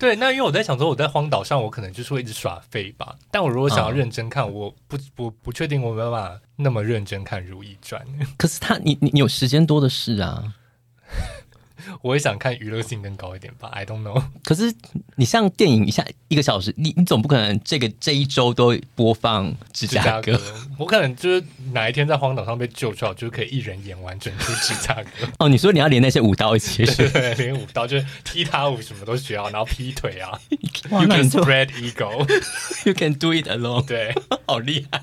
Speaker 2: 对，那因为我在想说，我在荒岛上，我可能就是会一直耍废吧。但我如果想要
Speaker 1: 嗯
Speaker 2: 认真看，我不不不确定我有没有办法那么认真看《如懿传》。
Speaker 1: 可是他，你你你有时间多的是啊。
Speaker 2: 我也想看娱乐性更高一点吧。I don't know。
Speaker 1: 可是你像电影一下一个小时，你你总不可能这个这一周都播放芝
Speaker 2: 芝
Speaker 1: 加
Speaker 2: 加哥
Speaker 1: 哥，
Speaker 2: 我可能就是哪一天在荒岛上被救出来，我就可以一人演完整出芝加 哥，
Speaker 1: 哦？你说你要连那些舞蹈一 起学，
Speaker 2: 对，连舞蹈就是踢踏舞什么都学好，然后劈腿啊
Speaker 3: 哇
Speaker 2: ，You
Speaker 3: 那
Speaker 2: can
Speaker 3: 你就
Speaker 2: spread ego，
Speaker 1: You can do it alone，
Speaker 2: 对。
Speaker 1: 好厉害！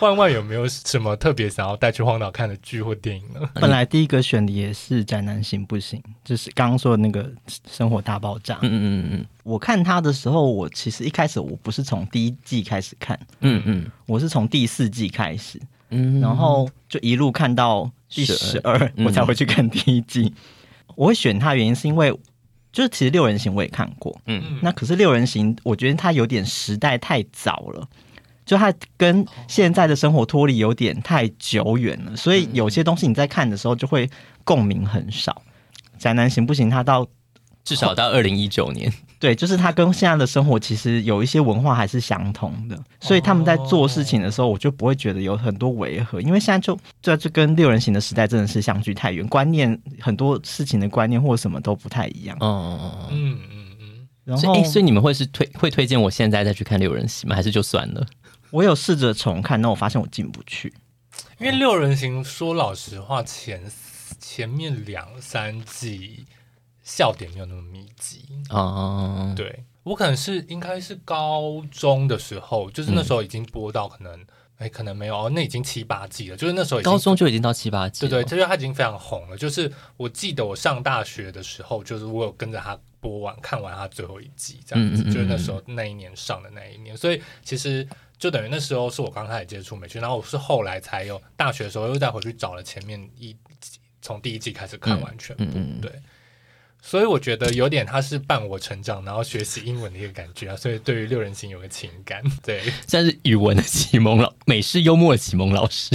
Speaker 2: 万万有没有什么特别想要带去荒岛看的剧或电影呢？
Speaker 3: 本来第一个选的也是宅男行不行，就是刚刚说的那个生活大爆炸。
Speaker 1: 嗯嗯嗯嗯。
Speaker 3: 我看他的时候，我其实一开始我不是从第一季开始看，
Speaker 1: 嗯嗯
Speaker 3: 我是从第四季开始，
Speaker 1: 嗯，
Speaker 3: 然后就一路看到第
Speaker 1: 12
Speaker 3: 十二，我才回去看第一季。我会选它的原因是因为，就是其实六人行我也看过，
Speaker 1: 嗯
Speaker 3: 那可是六人行，我觉得它有点时代太早了，就它跟现在的生活脱离有点太久远了，所以有些东西你在看的时候就会共鸣很少。宅男行不行？它到
Speaker 1: 至少到二零一九年，
Speaker 3: 对，就是它跟现在的生活其实有一些文化还是相同
Speaker 1: 哦
Speaker 3: 的，所以他们在做事情的时候，我就不会觉得有很多违和，因为现在就这就跟六人行的时代真的是相距太远，观念很多事情的观念或什么都不太一样。
Speaker 1: 哦，
Speaker 2: 嗯嗯嗯，
Speaker 3: 然
Speaker 1: 所
Speaker 3: 后
Speaker 1: 以、诶所以你们会是推会推荐我现在再去看六人行吗？还是就算了？
Speaker 3: 我有试着重看，但我发现我进不去。
Speaker 2: 因为六人行说老实话，前前面两三季笑点没有那么密集，
Speaker 1: 哦，
Speaker 2: 对我可能是应该是高中的时候，就是那时候已经播到可能，哎、可能没有，哦那已经七八季了，就是那时候已经
Speaker 1: 高。中哦就已经到七八级
Speaker 2: 对
Speaker 1: 了，
Speaker 2: 对，就是他已经非常红了。就是我记得我上大学的时候，就是我有跟着他播完看完他最后一季，这样子，
Speaker 1: 嗯嗯嗯
Speaker 2: 就是那时候那一年上的那一年。所以其实就等于那时候是我刚开始接触美剧，然后我是后来才有大学的时候又再回去找了前面一从第一季开始看完全部。
Speaker 1: 嗯嗯嗯
Speaker 2: 对，所以我觉得有点他是伴我成长，然后学习英文的一个感觉啊。所以对于六人行有个情感， 对，
Speaker 1: 算是语文的启蒙老，美式幽默的启蒙老 师。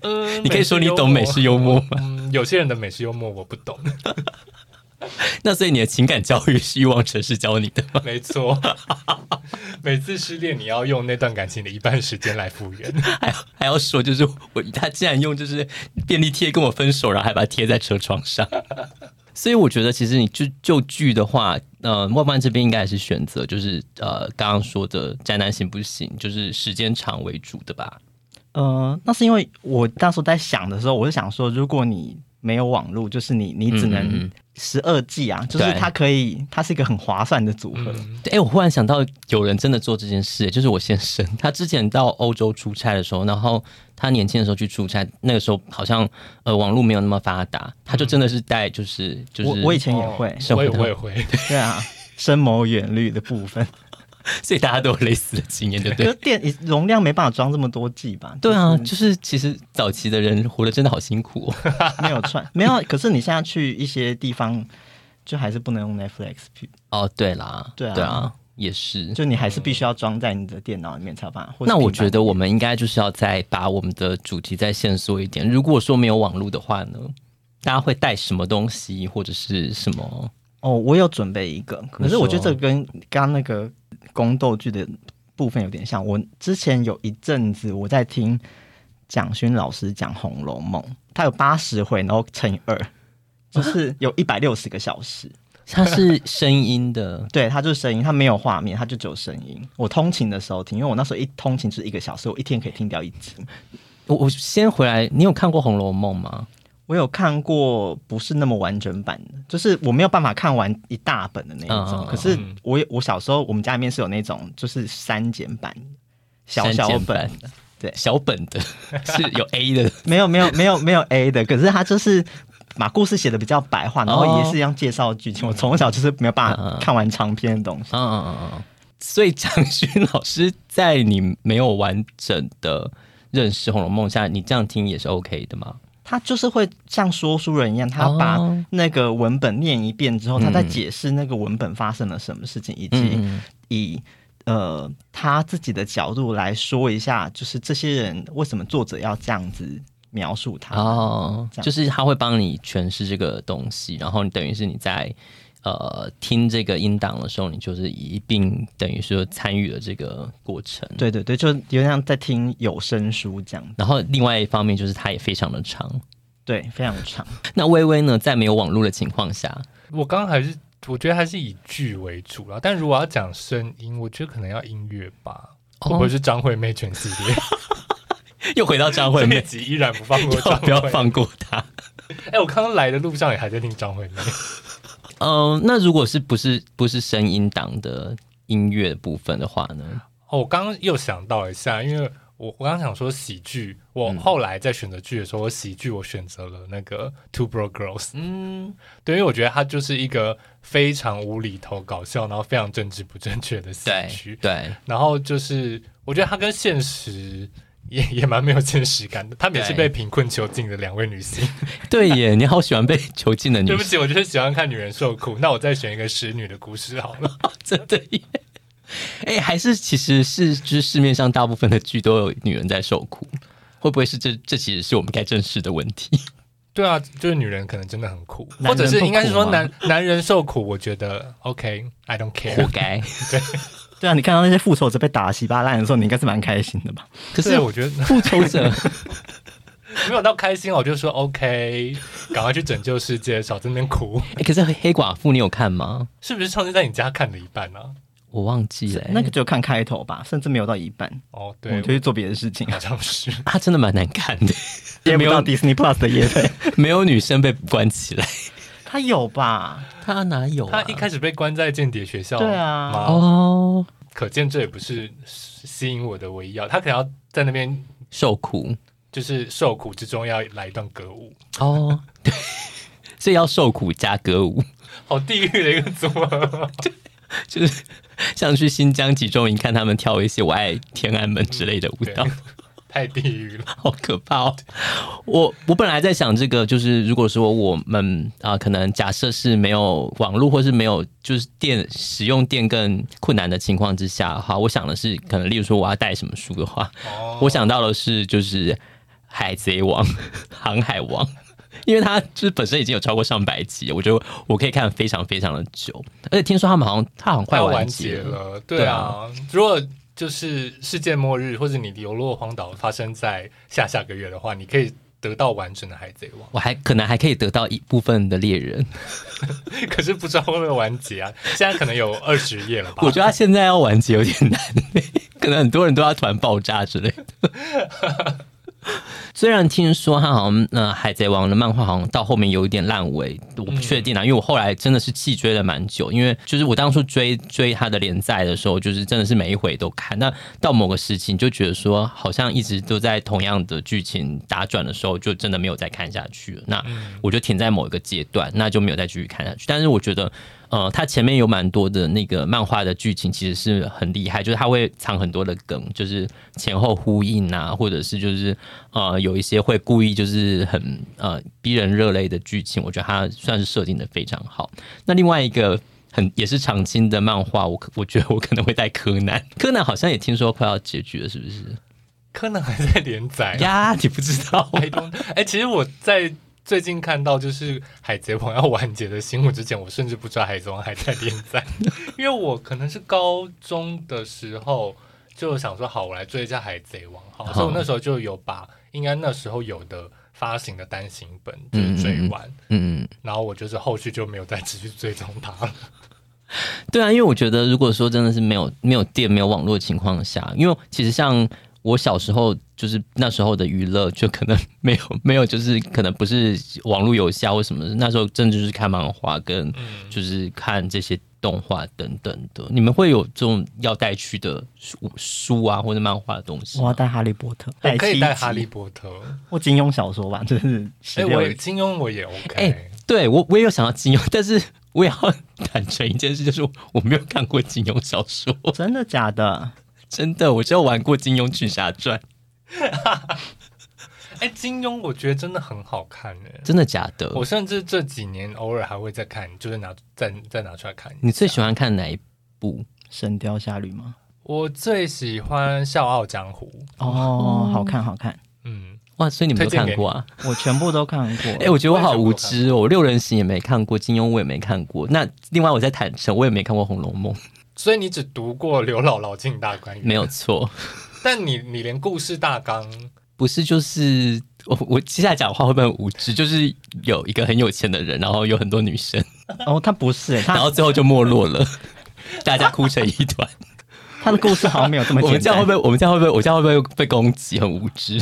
Speaker 2: 嗯
Speaker 1: 你可以说你懂美式幽默吗？
Speaker 2: 嗯，有些人的美式幽默我不懂，
Speaker 1: 那所以你的情感教育是欲望城市教你的 吗？
Speaker 2: 没错。每次失恋，你要用那段感情的一半时间来复原。
Speaker 1: 还还要说就是我他竟然用就是便利贴跟我分手，然后还把它贴在车窗上。 所以我觉得，其实你就就剧的话，呃，万万这边应该也是选择，就是呃，刚刚说的宅男行不行，就是时间长为主的吧。
Speaker 3: 呃，那是因为我那时候在想的时候，我是想说，如果你没有网络，就是你你
Speaker 1: 嗯
Speaker 3: 只
Speaker 1: 嗯
Speaker 3: 能
Speaker 1: 嗯
Speaker 3: 十二 G 啊，就是它可以，它是一个很划算的组合。
Speaker 2: 嗯，
Speaker 1: 哎、我忽然想到有人真的做这件事，就是我先生，他之前到欧洲出差的时候，然后他年轻的时候去出差，那个时候好像呃网络没有那么发达，他就真的是带就是嗯就是
Speaker 2: 哦
Speaker 3: 我我以前也会，
Speaker 2: 我也我也会。
Speaker 3: 对啊，深谋远虑的部分。
Speaker 1: 所以大家都有类似的经验，对不
Speaker 3: 可
Speaker 1: 对
Speaker 3: 是？电容量没办法装这么多 G 吧？
Speaker 1: 对啊，
Speaker 3: 就是
Speaker 1: 就是其实早期的人活得真的好辛苦、哦，
Speaker 3: 啊 没有串，没有。可是你现在去一些地方，就还是不能用 Netflix，
Speaker 1: 哦，对啦，
Speaker 3: 对啊
Speaker 1: 对啊，也是。
Speaker 3: 就你还是必须要装在你的电脑里面才有办法。或是
Speaker 1: 那我
Speaker 3: 平板
Speaker 1: 觉得我们应该就是要再把我们的主题再限缩一点。如果说没有网络的话呢，大家会带什么东西或者是什么？
Speaker 3: 哦，我有准备一个，可是我觉得这个跟刚刚那个宫斗剧的部分有点像。我之前有一阵子我在听蒋勋老师讲《红楼梦》，他有八十回，然后乘以二，就是有一百六十个小时。，
Speaker 1: 它是声音的
Speaker 3: 对，它就是声音，它没有画面，它就只有声音。我通勤的时候听，因为我那时候一通勤就是一个小时，我一天可以听掉一集。
Speaker 1: 我我先回来，你有看过《红楼梦》吗？
Speaker 3: 我有看过不是那么完整版的，就是我没有办法看完一大本的那一种。
Speaker 1: 嗯嗯嗯
Speaker 3: 可是我有我小时候我们家里面是有那种就是删减版的小
Speaker 1: 删
Speaker 3: 小
Speaker 1: 减
Speaker 3: 本
Speaker 1: 版
Speaker 3: 的，对
Speaker 1: 小本 的是有 A 的，
Speaker 3: 没有没有没有没有 A 的，可是它就是。把故事写的比较白话，然后也是一样介绍剧情。我从小就是没有办
Speaker 1: 哦嗯嗯
Speaker 3: 法
Speaker 1: 嗯
Speaker 3: 看完长篇的东西。
Speaker 1: 嗯嗯嗯嗯。所以蒋勋老师在你没有完整的认识《红楼梦》下，你这样听也是 OK 的吗？
Speaker 3: 他就是会像说书人一样，他把
Speaker 1: 哦
Speaker 3: 那个文本念一遍之后，他再
Speaker 1: 嗯
Speaker 3: 解释那个文本发生了什么事情，以及
Speaker 1: 嗯，
Speaker 3: 以呃他自己的角度来说一下，就是这些人为什么作者要这样子描述他。
Speaker 1: 哦
Speaker 3: 这，样
Speaker 1: 就是他会帮你诠释这个东西，然后你等于是你在呃听这个音档的时候，你就是一并等于说参与了这个过程。，
Speaker 3: 对对对，就有点像在听有声书这样。
Speaker 1: 然后另外一方面就是它也非常的长。
Speaker 3: 对，非常长。
Speaker 1: 那微微呢，在没有网络的情况下，
Speaker 2: 我刚刚还是我觉得还是以剧为主啦，但如果要讲声音，我觉得可能要音乐吧。会不会是张惠妹全系 列？
Speaker 1: 哦又回到张惠
Speaker 2: 这一
Speaker 1: 妹，
Speaker 2: 集依然不放 过
Speaker 1: 要
Speaker 2: 张惠妹，
Speaker 1: 不要放过她？
Speaker 2: 哎、我刚刚来的路上也还在听张惠妹。
Speaker 1: 嗯，那如果是不是不是声音档的音乐部分的话呢？
Speaker 2: 哦，我刚刚又想到一下，因为我我刚刚想说喜剧，我
Speaker 1: 嗯
Speaker 2: 后来在选择剧的时候，我喜剧我选择了那个 Two Bro Girls，
Speaker 1: 嗯，
Speaker 2: 对，因为我觉得它就是一个非常无厘头、搞笑，然后非常政治不正确的喜
Speaker 1: 对
Speaker 2: 剧。
Speaker 1: 对，
Speaker 2: 然后就是我觉得它跟现实也也蛮没有现实感的，他们也是
Speaker 1: 对
Speaker 2: 被贫困囚禁的两位女性。
Speaker 1: 对耶！ 你好喜欢被囚禁的女
Speaker 2: 对
Speaker 1: 生
Speaker 2: 不，起，我就是喜欢看女人受苦。那我再选一个使女的故事好了。
Speaker 1: 真的耶！ 哎、还是其实是就是市面上大部分的剧都有女人在受苦，会不会是这这其实是我们该正视的问题？
Speaker 2: 对啊，就是女人可能真的很苦，
Speaker 3: 男人
Speaker 2: 或者是
Speaker 3: 不苦
Speaker 2: 应该是说
Speaker 1: 吗
Speaker 2: 男 男人受苦，我觉得 OK，I、don't
Speaker 1: 活
Speaker 2: care。
Speaker 1: 该。
Speaker 3: 对啊，你看到那些复仇者被打得稀巴烂的时候，你应该是蛮开心的吧？
Speaker 1: 可
Speaker 2: 所以
Speaker 1: 是
Speaker 2: 我觉得
Speaker 1: 复仇者，
Speaker 2: 没有到开心，我就说 OK，赶快去拯救世界，少在那边哭。
Speaker 1: 哎可是黑寡妇你有看吗？
Speaker 2: 是不是上次在你家看了一半啊呢、
Speaker 1: 我忘记了耶、
Speaker 3: 那个只有看开头吧，甚至没有到一半，
Speaker 2: 哦，
Speaker 3: 我
Speaker 2: 对
Speaker 3: 们就，去做别的事情，
Speaker 2: 好像是。
Speaker 1: 啊，真的蛮难看的，
Speaker 3: 也
Speaker 1: 没
Speaker 3: 没有到
Speaker 1: 有
Speaker 3: Disney Plus 的夜配。
Speaker 1: 没有女生被关起来，
Speaker 3: 他有吧？
Speaker 1: 她哪有、啊
Speaker 2: 他一开始被关在间谍学校，
Speaker 3: 对啊
Speaker 2: 哦，
Speaker 1: 哦，
Speaker 2: 可见这也不是吸引我的唯一要，他可能要在那边
Speaker 1: 受苦
Speaker 2: 就是受苦之中要来一段歌舞，
Speaker 1: 哦，对， 所以要受苦加歌舞，
Speaker 2: 好地狱的一个组合。
Speaker 1: 就是像去新疆集中营看他们跳一些“我爱天安门”之类的舞
Speaker 2: 对
Speaker 1: 蹈。，
Speaker 2: 太地狱了。
Speaker 1: 好可怕哦！我我本来在想这个，就是如果说我们啊、可能假设是没有网络或是没有就是电使用电更困难的情况之下，哈，我想的是可能例如说我要带什么书的话，
Speaker 2: 哦
Speaker 1: 我想到的是就是《海贼王》《航海王》。因为它就是本身已经有超过上百集，我觉得我可以看非常非常的久，而且听说他们好像它好像快
Speaker 2: 快
Speaker 1: 完
Speaker 2: 完
Speaker 1: 结
Speaker 2: 结
Speaker 1: 了，
Speaker 2: 了，对
Speaker 1: 对
Speaker 2: 啊。如果就是世界末日，或者你流落荒岛发生在下下个月的话，你可以得到完整的海贼王，
Speaker 1: 我还可能还可以得到一部分的猎人，
Speaker 2: 可是不知道会不会完结啊？现在可能有二十页了吧？
Speaker 1: 我觉得他现在要完结有点难， 可能很多人都要突然爆炸之类的。 虽然听说他好像呃《海贼王》的漫画好像到后面有一点烂尾，我不确定啊，因为我后来真的是弃追了蛮久，因为就是我当初追追他的联赛的时候，就是真的是每一回都看，那到某个时期你就觉得说好像一直都在同样的剧情打转的时候，就真的没有再看下去了。那我就停在某一个阶段，那就没有再继续看下去。但是我觉得呃，它前面有蛮多的那个漫画的剧情，其实是很厉害，就是它会藏很多的梗，就是前后呼应啊，或者是就是呃有一些会故意就是很呃逼人热泪的剧情，我觉得它算是设定的非常好。那另外一个。很也是常青的漫画，我可我觉得我可能会带柯南，柯南好像也听说快要结局了，是不是？
Speaker 2: 柯南还在连载啊
Speaker 1: 呀，你不知道
Speaker 2: I don't- 哎、其实我在最近看到就是《海贼王》要完结的新闻之前，我甚至不知道《海贼王》还在连载，因为我可能是高中的时候就想说，好，我来追一下《海贼王》好，所以我那时候就有把应该那时候有的发行的单行本就是追完，
Speaker 1: 嗯，
Speaker 2: 然后我就是后续就没有再持续追踪它了。
Speaker 1: 对啊，因为我觉得如果说真的是没有没有电、没有网络的情况下，因为其实像我小时候就是那时候的娱乐，就可能 没有没有，就是可能不是网络有效或什么的，那时候真的就是看漫画跟
Speaker 2: 嗯，
Speaker 1: 就是看这些动画等等的。你们会有这种要带去的书书啊或者漫画的东西
Speaker 3: 我要
Speaker 1: 吗？
Speaker 3: 带《哈利波特》，
Speaker 2: 我哎可以带《
Speaker 3: 哎七
Speaker 2: 哈利
Speaker 3: 集
Speaker 2: 波特》
Speaker 3: 或金庸小说吧，真是
Speaker 2: 哎、
Speaker 3: 十
Speaker 2: 我
Speaker 3: 六
Speaker 2: 也金庸我也 OK，、
Speaker 1: 哎对我我也有想要金庸，但是我也要坦诚一件事，就是我没有看过金庸小说。
Speaker 3: 真的假的？
Speaker 1: 真的，我只有玩过《金庸群侠传》，
Speaker 2: 哎、金庸我觉得真的很好看哎、
Speaker 1: 真的假的？
Speaker 2: 我甚至这几年偶尔还会再看，就是拿再再拿出来看一下。
Speaker 1: 你最喜欢看哪一部？
Speaker 3: 《神雕侠侣》吗？
Speaker 2: 我最喜欢《笑傲江湖》，
Speaker 3: 哦，好看好看，
Speaker 2: 嗯，
Speaker 1: 哇，所以你们都看过啊？
Speaker 3: 我全部都看过。
Speaker 1: 哎、我觉得我好无知哦，六人行也没看过，金庸我也没看过。那另外我在坦诚，我也没看过《红楼梦》，
Speaker 2: 所以你只读过刘姥姥进大观园，
Speaker 1: 没有错，
Speaker 2: 但你你连故事大纲，
Speaker 1: 不是就是我我接下来讲的话会不会很无知？就是有一个很有钱的人，然后有很多女生，
Speaker 3: 哦，他不是、欸，
Speaker 1: 然后
Speaker 3: 他
Speaker 1: 最后就没落了，大家哭成一团。
Speaker 3: 他的故事好像没有这么
Speaker 1: 我们
Speaker 3: 简
Speaker 1: 这样
Speaker 3: 单。
Speaker 1: 会不会？我们这样会不会？我这样会不会被攻击？很无知。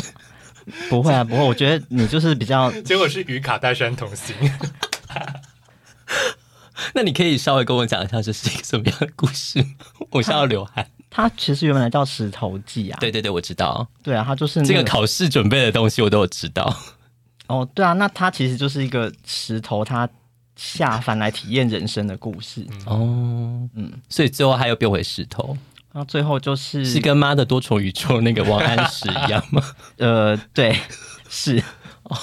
Speaker 3: 不会啊，不会。我觉得你就是比较
Speaker 2: 结果是与卡戴珊同行。
Speaker 1: 那你可以稍微跟我讲一下这是一个什么样的故事吗？我想要流汗。
Speaker 3: 他其实原本叫《石头记》啊，
Speaker 1: 对对对，我知道
Speaker 3: 对啊，他就是、那
Speaker 1: 这个考试准备的东西我都有知道。
Speaker 3: 哦，对啊，那他其实就是一个石头，他下凡来体验人生的故事。
Speaker 1: 哦，
Speaker 3: 嗯，
Speaker 1: 所以最后他又变回石头，
Speaker 3: 那最后就是
Speaker 1: 是跟妈的多重宇宙那个王安石一样吗？
Speaker 3: 呃，对， 是哦。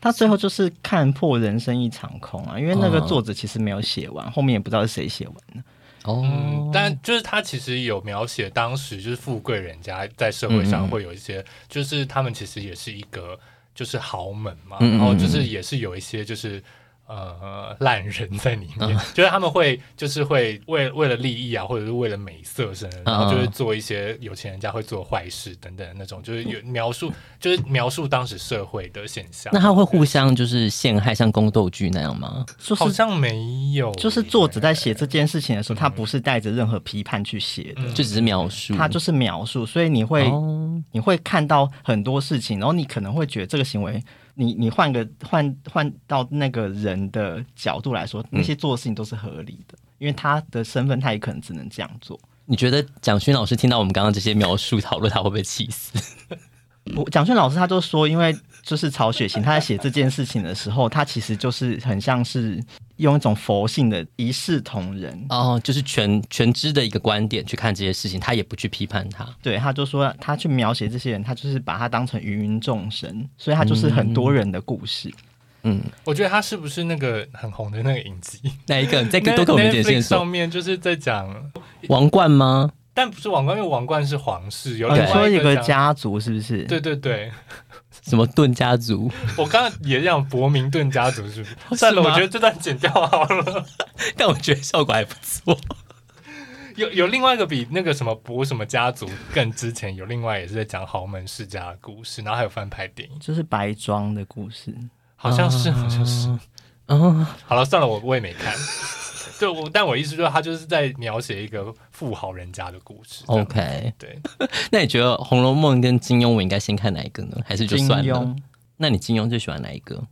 Speaker 3: 他最后就是看破人生一场空啊，因为那个
Speaker 1: 嗯
Speaker 3: 作者其实没有写完，后面也不知道是谁写完的。
Speaker 1: 哦
Speaker 2: 嗯，，但就是他其实有描写当时就是富贵人家在社会
Speaker 1: 嗯
Speaker 2: 上会有一些，就是他们其实也是一个就是豪门嘛，
Speaker 1: 嗯嗯嗯
Speaker 2: 然后就是也是有一些就是。呃，烂人在里
Speaker 1: 嗯
Speaker 2: 面， 就是他们会，就是会为为了利益啊，或者是为了美色什么的，
Speaker 1: 嗯
Speaker 2: 然后就会做一些有钱人家会做的坏事等等的那种，就是有描述，就是描述当时社会的现象。
Speaker 1: 那他会互相就是陷害，像宫斗剧那样吗？
Speaker 3: 就
Speaker 2: 好
Speaker 3: 是
Speaker 2: 像没有耶，
Speaker 3: 就是作者在写这件事情的时候，他不是带着任何批判去写的，
Speaker 2: 嗯
Speaker 1: 就只是描述，
Speaker 3: 他就是描述，所以你会、
Speaker 1: 哦，
Speaker 3: 你会看到很多事情，然后你可能会觉得这个行为，你你换个换换到那个人的角度来说，那
Speaker 2: 嗯
Speaker 3: 些做的事情都是合理的，因为他的身份他也可能只能这样做。
Speaker 1: 你觉得蒋勋老师听到我们刚刚这些描述讨论，他会不会气死？
Speaker 3: 我蒋勋老师他就说，因为就是曹雪芹他在写这件事情的时候，他其实就是很像是用一种佛性的一视同仁。
Speaker 1: 哦，就是全全知的一个观点去看这些事情，他也不去批判他。
Speaker 3: 对，他就说他去描写这些人，他就是把他当成芸芸众生，所以他就是很多人的故事。哦
Speaker 1: 嗯，
Speaker 2: 我觉得他是不是那个很红的那个影集？
Speaker 1: 那一个？你再
Speaker 2: 那
Speaker 1: 哎多给我们一点
Speaker 2: Netflix
Speaker 1: 线
Speaker 2: 上
Speaker 1: 索。
Speaker 2: 面就是在讲，
Speaker 1: 王冠吗？
Speaker 2: 但不是王冠，因为王冠是皇室，有
Speaker 3: 哦
Speaker 2: 另
Speaker 3: 你
Speaker 2: 外
Speaker 3: 说
Speaker 2: 一
Speaker 3: 有个
Speaker 2: 讲。
Speaker 3: 家族是不是？
Speaker 2: 对对对，
Speaker 1: 什么盾家族？
Speaker 2: 我刚刚也讲伯明顿家族是不是？算了，
Speaker 1: 是吗
Speaker 2: 我觉得这段剪掉好了。
Speaker 1: 但我觉得效果还不错。
Speaker 2: 有有另外一个比那个什么伯什么家族更之前有另外也是在讲豪门世家的故事，然后还有翻拍电影，
Speaker 3: 就是白装的故事。
Speaker 2: 好像
Speaker 3: 啊
Speaker 2: 是好像是。
Speaker 1: 哦，
Speaker 2: 好了，算了，我我也没看。 对，我但我意思就是他就是在描写一个富豪人家的故事。这样
Speaker 1: OK，
Speaker 2: 对，
Speaker 1: 那你觉得《红楼梦》跟金庸，我应该先看哪一个呢？还是就
Speaker 3: 金
Speaker 1: 算了？
Speaker 3: 庸，
Speaker 1: 那你金庸最喜欢哪一个？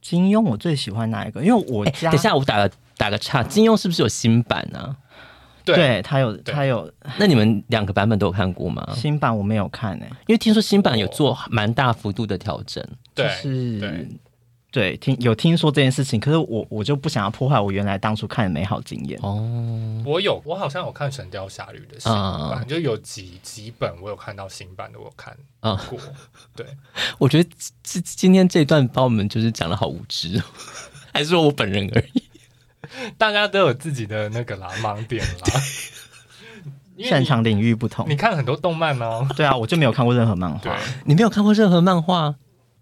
Speaker 3: 金庸我最喜欢哪一个？因为我
Speaker 1: 哎、
Speaker 3: 家、
Speaker 1: 等一下，我打个打个岔，金庸是不是有新版啊？
Speaker 2: 对
Speaker 3: 他有
Speaker 2: 对
Speaker 3: 他有
Speaker 1: 那你们两个版本都有看过吗？
Speaker 3: 新版我没有看哎、
Speaker 1: 因为听说新版有做蛮大幅度的调整，
Speaker 2: 对
Speaker 3: 就
Speaker 2: 对
Speaker 3: 是对，听有听说这件事情，可是我我就不想要破坏我原来当初看的美好经验。
Speaker 1: 哦，
Speaker 2: 我有，我好像有看《神雕侠侣》的新
Speaker 3: 啊
Speaker 2: 版，
Speaker 1: 嗯
Speaker 2: 就有几几本我有看到新版的，我有看
Speaker 3: 啊
Speaker 1: 嗯
Speaker 2: 过。对，
Speaker 1: 我觉得这今天这一段把我们就是讲的好无知哦， 还是说我本人而已。
Speaker 2: 大家都有自己的那个啦，盲点啦。因为
Speaker 3: 擅
Speaker 2: 你
Speaker 3: 长领域不同
Speaker 2: 你，看很多动漫吗？
Speaker 3: 对啊，我就没有看过任何漫
Speaker 2: 对
Speaker 3: 画，，
Speaker 1: 你没有看过任何漫画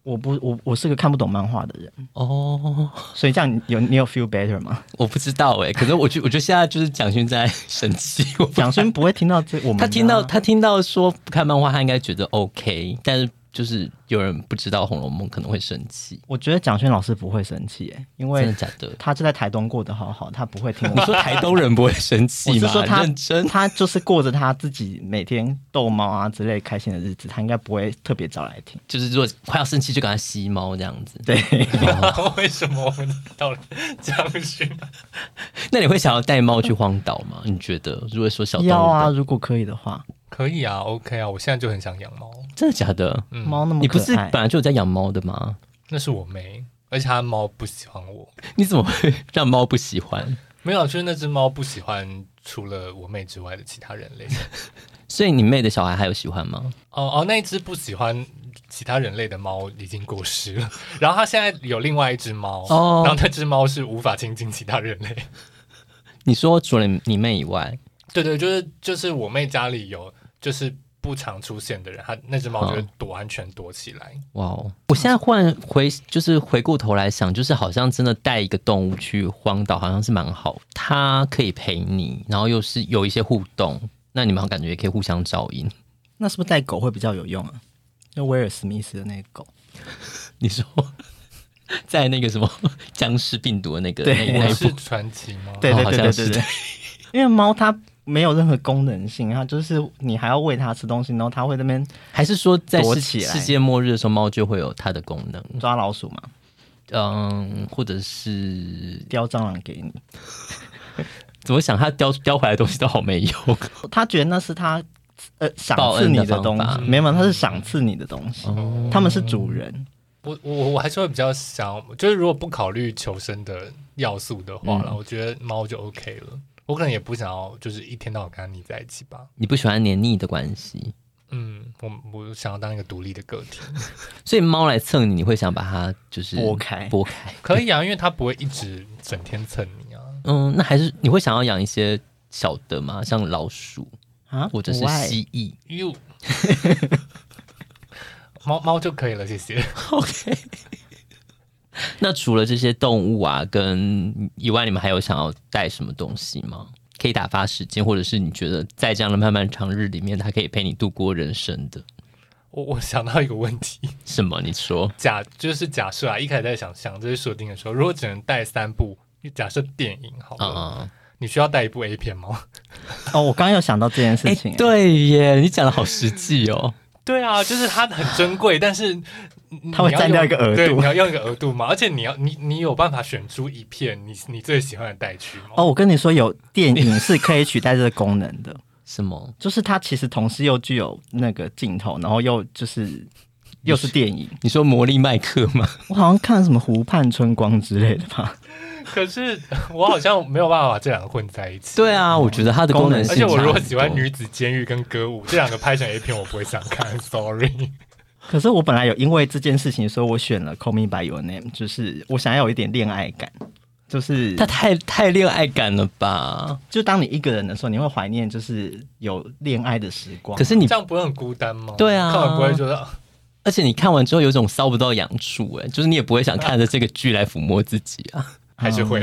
Speaker 3: 我不我我是个看不懂漫画的人，
Speaker 1: 哦？
Speaker 3: 所以这样你有你有 feel better 吗？
Speaker 1: 我不知道哎、可是我觉我觉得现在就是蒋勋在生气，我不
Speaker 3: 蒋勋不会听到这我们的
Speaker 1: 他
Speaker 3: 啊
Speaker 1: 听到他听到说不看漫画，他应该觉得 OK，但是就是有人不知道《红楼梦》可能会生气，
Speaker 3: 我觉得蒋勋老师不会生气耶，因
Speaker 1: 真
Speaker 3: 为
Speaker 1: 的假的？
Speaker 3: 他就在台东过得好好，他不会听我
Speaker 1: 你
Speaker 3: 们。
Speaker 1: 说台东人不会生
Speaker 3: 我
Speaker 1: 气
Speaker 3: 是
Speaker 1: 吗？
Speaker 3: 说他
Speaker 1: 认真，
Speaker 3: 他就是过着他自己每天逗猫啊之类开心的日子，他应该不会特别找来听。
Speaker 1: 就是如果快要生气就给他吸猫这样子。
Speaker 3: 对，
Speaker 2: 为什么我们到了将军？
Speaker 1: 那你会想要带猫去荒岛吗？你觉得？如果说小动物
Speaker 3: 要啊，
Speaker 1: 的，
Speaker 3: 如果可以的话，
Speaker 2: 可以啊，OK 啊，我现在就很想养猫。
Speaker 1: 真的假的？
Speaker 2: 嗯，
Speaker 3: 猫那么
Speaker 1: 你不
Speaker 3: 可
Speaker 1: 是
Speaker 3: 爱
Speaker 1: 本，来就有在养猫的吗？
Speaker 2: 那是我妹，而且她猫不喜欢我。
Speaker 1: 你怎么会让猫不喜欢？
Speaker 2: 没有，啊就是那只猫不喜欢除了我妹之外的其他人类。
Speaker 1: 所以你妹的小孩还有喜欢吗？
Speaker 2: 哦哦，那一只不喜欢其他人类的猫已经过世了，然后它现在有另外一只猫，
Speaker 1: 哦
Speaker 2: 然后那只猫是无法亲近其他人类。
Speaker 1: 你说除了你妹以外，
Speaker 2: 对对，就是就是我妹家里有就是不常出现的人，她那只猫就会躲安全躲起来。
Speaker 1: 哇哦！我现在忽然回，就是回过头来想，就是好像真的带一个动物去荒岛，好像是蛮好。它可以陪你，然后又是有一些互动，那你们好像感觉也可以互相照应。
Speaker 3: 那是不是带狗会比较有用啊？就威尔史密斯的那个狗，
Speaker 1: 你说在那个什么僵尸病毒的那个
Speaker 3: 对
Speaker 1: 那一那
Speaker 2: 我
Speaker 1: 一
Speaker 2: 是
Speaker 1: 部，
Speaker 2: 传奇吗？
Speaker 3: 对对
Speaker 1: 哦好
Speaker 3: 对
Speaker 1: 像
Speaker 3: 对
Speaker 1: 是
Speaker 3: 对 对，因为猫它没有任何功能性，它就是你还要喂它吃东西，然后它会在那边
Speaker 1: 还是说在
Speaker 3: 躲
Speaker 1: 世
Speaker 3: 起来
Speaker 1: 世界末日的时候，猫就会有它的功能？
Speaker 3: 抓老鼠嘛，
Speaker 1: 嗯，或者是
Speaker 3: 叼蟑螂给你。
Speaker 1: 怎么想，它叼叼回来的东西都好没用。
Speaker 3: 它觉得那是它呃赏
Speaker 1: 报
Speaker 3: 赐
Speaker 1: 恩
Speaker 3: 你
Speaker 1: 的
Speaker 3: 东
Speaker 1: 方
Speaker 3: 西
Speaker 1: 法，哦
Speaker 3: 没有，它是赏赐你的东西，它们是主人。
Speaker 2: 我我我还是会比较想，就是如果不考虑求生的要素的话啦，我觉得猫就 OK 了。我可能也不想要，就是一天到晚跟它腻在一起吧。
Speaker 1: 你不喜欢黏腻的关系，
Speaker 2: 嗯，我我想要当一个独立的个体，
Speaker 1: 所以猫来蹭你，你会想把它就是
Speaker 3: 拨开
Speaker 1: 拨开。
Speaker 2: 可以啊，因为它不会一直整天蹭你啊。
Speaker 1: 嗯，那还是你会想要养一些小的吗？像老鼠
Speaker 3: 啊，
Speaker 1: 或者是
Speaker 3: 不爱
Speaker 1: 蜥蜴
Speaker 2: 哟， 猫猫就可以了，谢谢。
Speaker 1: ？OK。那除了这些动物啊跟以外，你们还有想要带什么东西吗？可以打发时间，或者是你觉得在这样的漫漫长日里面，它可以陪你度过人生的
Speaker 2: 我我想到一个问题，
Speaker 1: 什么？你说
Speaker 2: 假就是假设啊，一开始在想想这些设定的时候，如果只能带三部，假设电影好
Speaker 1: 啊
Speaker 2: 了，
Speaker 1: 啊、
Speaker 2: 你需要带一部 A 片吗？
Speaker 3: 哦，我刚刚有想到这件事
Speaker 1: 哎
Speaker 3: 情、欸
Speaker 1: 对耶，你讲的好实际哦。
Speaker 2: 对啊，就是它很珍 贵，但是你
Speaker 3: 它会
Speaker 2: 你要
Speaker 3: 占
Speaker 2: 用
Speaker 3: 掉一个额
Speaker 2: 对，
Speaker 3: 度
Speaker 2: 你要用一个额度吗？而且你要你你有办法选出一片你你最喜欢的带去吗？
Speaker 3: 哦，我跟你说，有电影是可以取代这个功能的，
Speaker 1: 什么？
Speaker 3: 就是它其实同时又具有那个镜头，然后又 就是又是电影。
Speaker 1: 你说魔力麦克吗？
Speaker 3: 我好像看了什么湖畔春光之类的吧？
Speaker 2: 可是我好像没有办法把这两个混在一 起。
Speaker 1: 对啊，我觉得它的功能性
Speaker 2: 而且我
Speaker 1: 差
Speaker 2: 如果
Speaker 1: 很
Speaker 2: 喜欢
Speaker 1: 多
Speaker 2: 女子监狱跟歌舞这两个拍成 A 片，我不会想看 ，sorry。
Speaker 3: 可是我本来有因为这件事情，所以我选了《Call Me by Your Name》，就是我想要有一点恋爱感，就是
Speaker 1: 他太太恋爱感了吧？
Speaker 3: 就当你一个人的时候，你会怀念就是有恋爱的时光。
Speaker 1: 可是你
Speaker 2: 这，样不会很孤单吗？
Speaker 1: 对啊
Speaker 2: 看完不会觉得
Speaker 1: 而且你看完之后有种搔不到痒处、哎，就是你也不会想看着这个剧来抚摸自己啊。
Speaker 2: 还是会、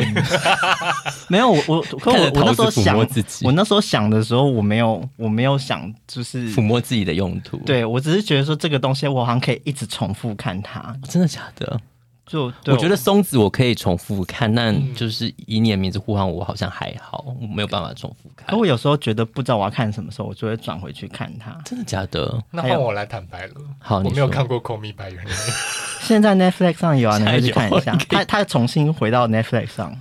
Speaker 3: 没有我我，可
Speaker 1: 看
Speaker 3: 我
Speaker 1: 着
Speaker 3: 我那
Speaker 1: 桃
Speaker 3: 时
Speaker 1: 子
Speaker 3: 候
Speaker 1: 抚摸
Speaker 3: 想
Speaker 1: 自己
Speaker 3: 我那时候想的时候，我没有我没有想就是
Speaker 1: 抚摸自己的用途。，
Speaker 3: 对我只是觉得说这个东西我好像可以一直重复看它，
Speaker 1: 真的假的？
Speaker 3: 就对
Speaker 1: 我觉得松子我可以重复看，但就是以你的名字呼唤我，好像还好，我没有办法重复看
Speaker 3: 可。我有时候觉得不知道我要看什么时候，我就会转回去看 它。
Speaker 1: 真的假的？
Speaker 2: 那
Speaker 3: 还
Speaker 2: 换
Speaker 3: 有
Speaker 2: 我来坦白了。
Speaker 1: 好
Speaker 2: 我
Speaker 1: 你
Speaker 2: 没有
Speaker 1: 说
Speaker 2: 看过《Call Me by Your Name》，
Speaker 3: 现在 Netflix 上有啊，你可以去看一
Speaker 1: 加
Speaker 3: 下
Speaker 1: 油。
Speaker 3: 它它重新回到 Netflix 上，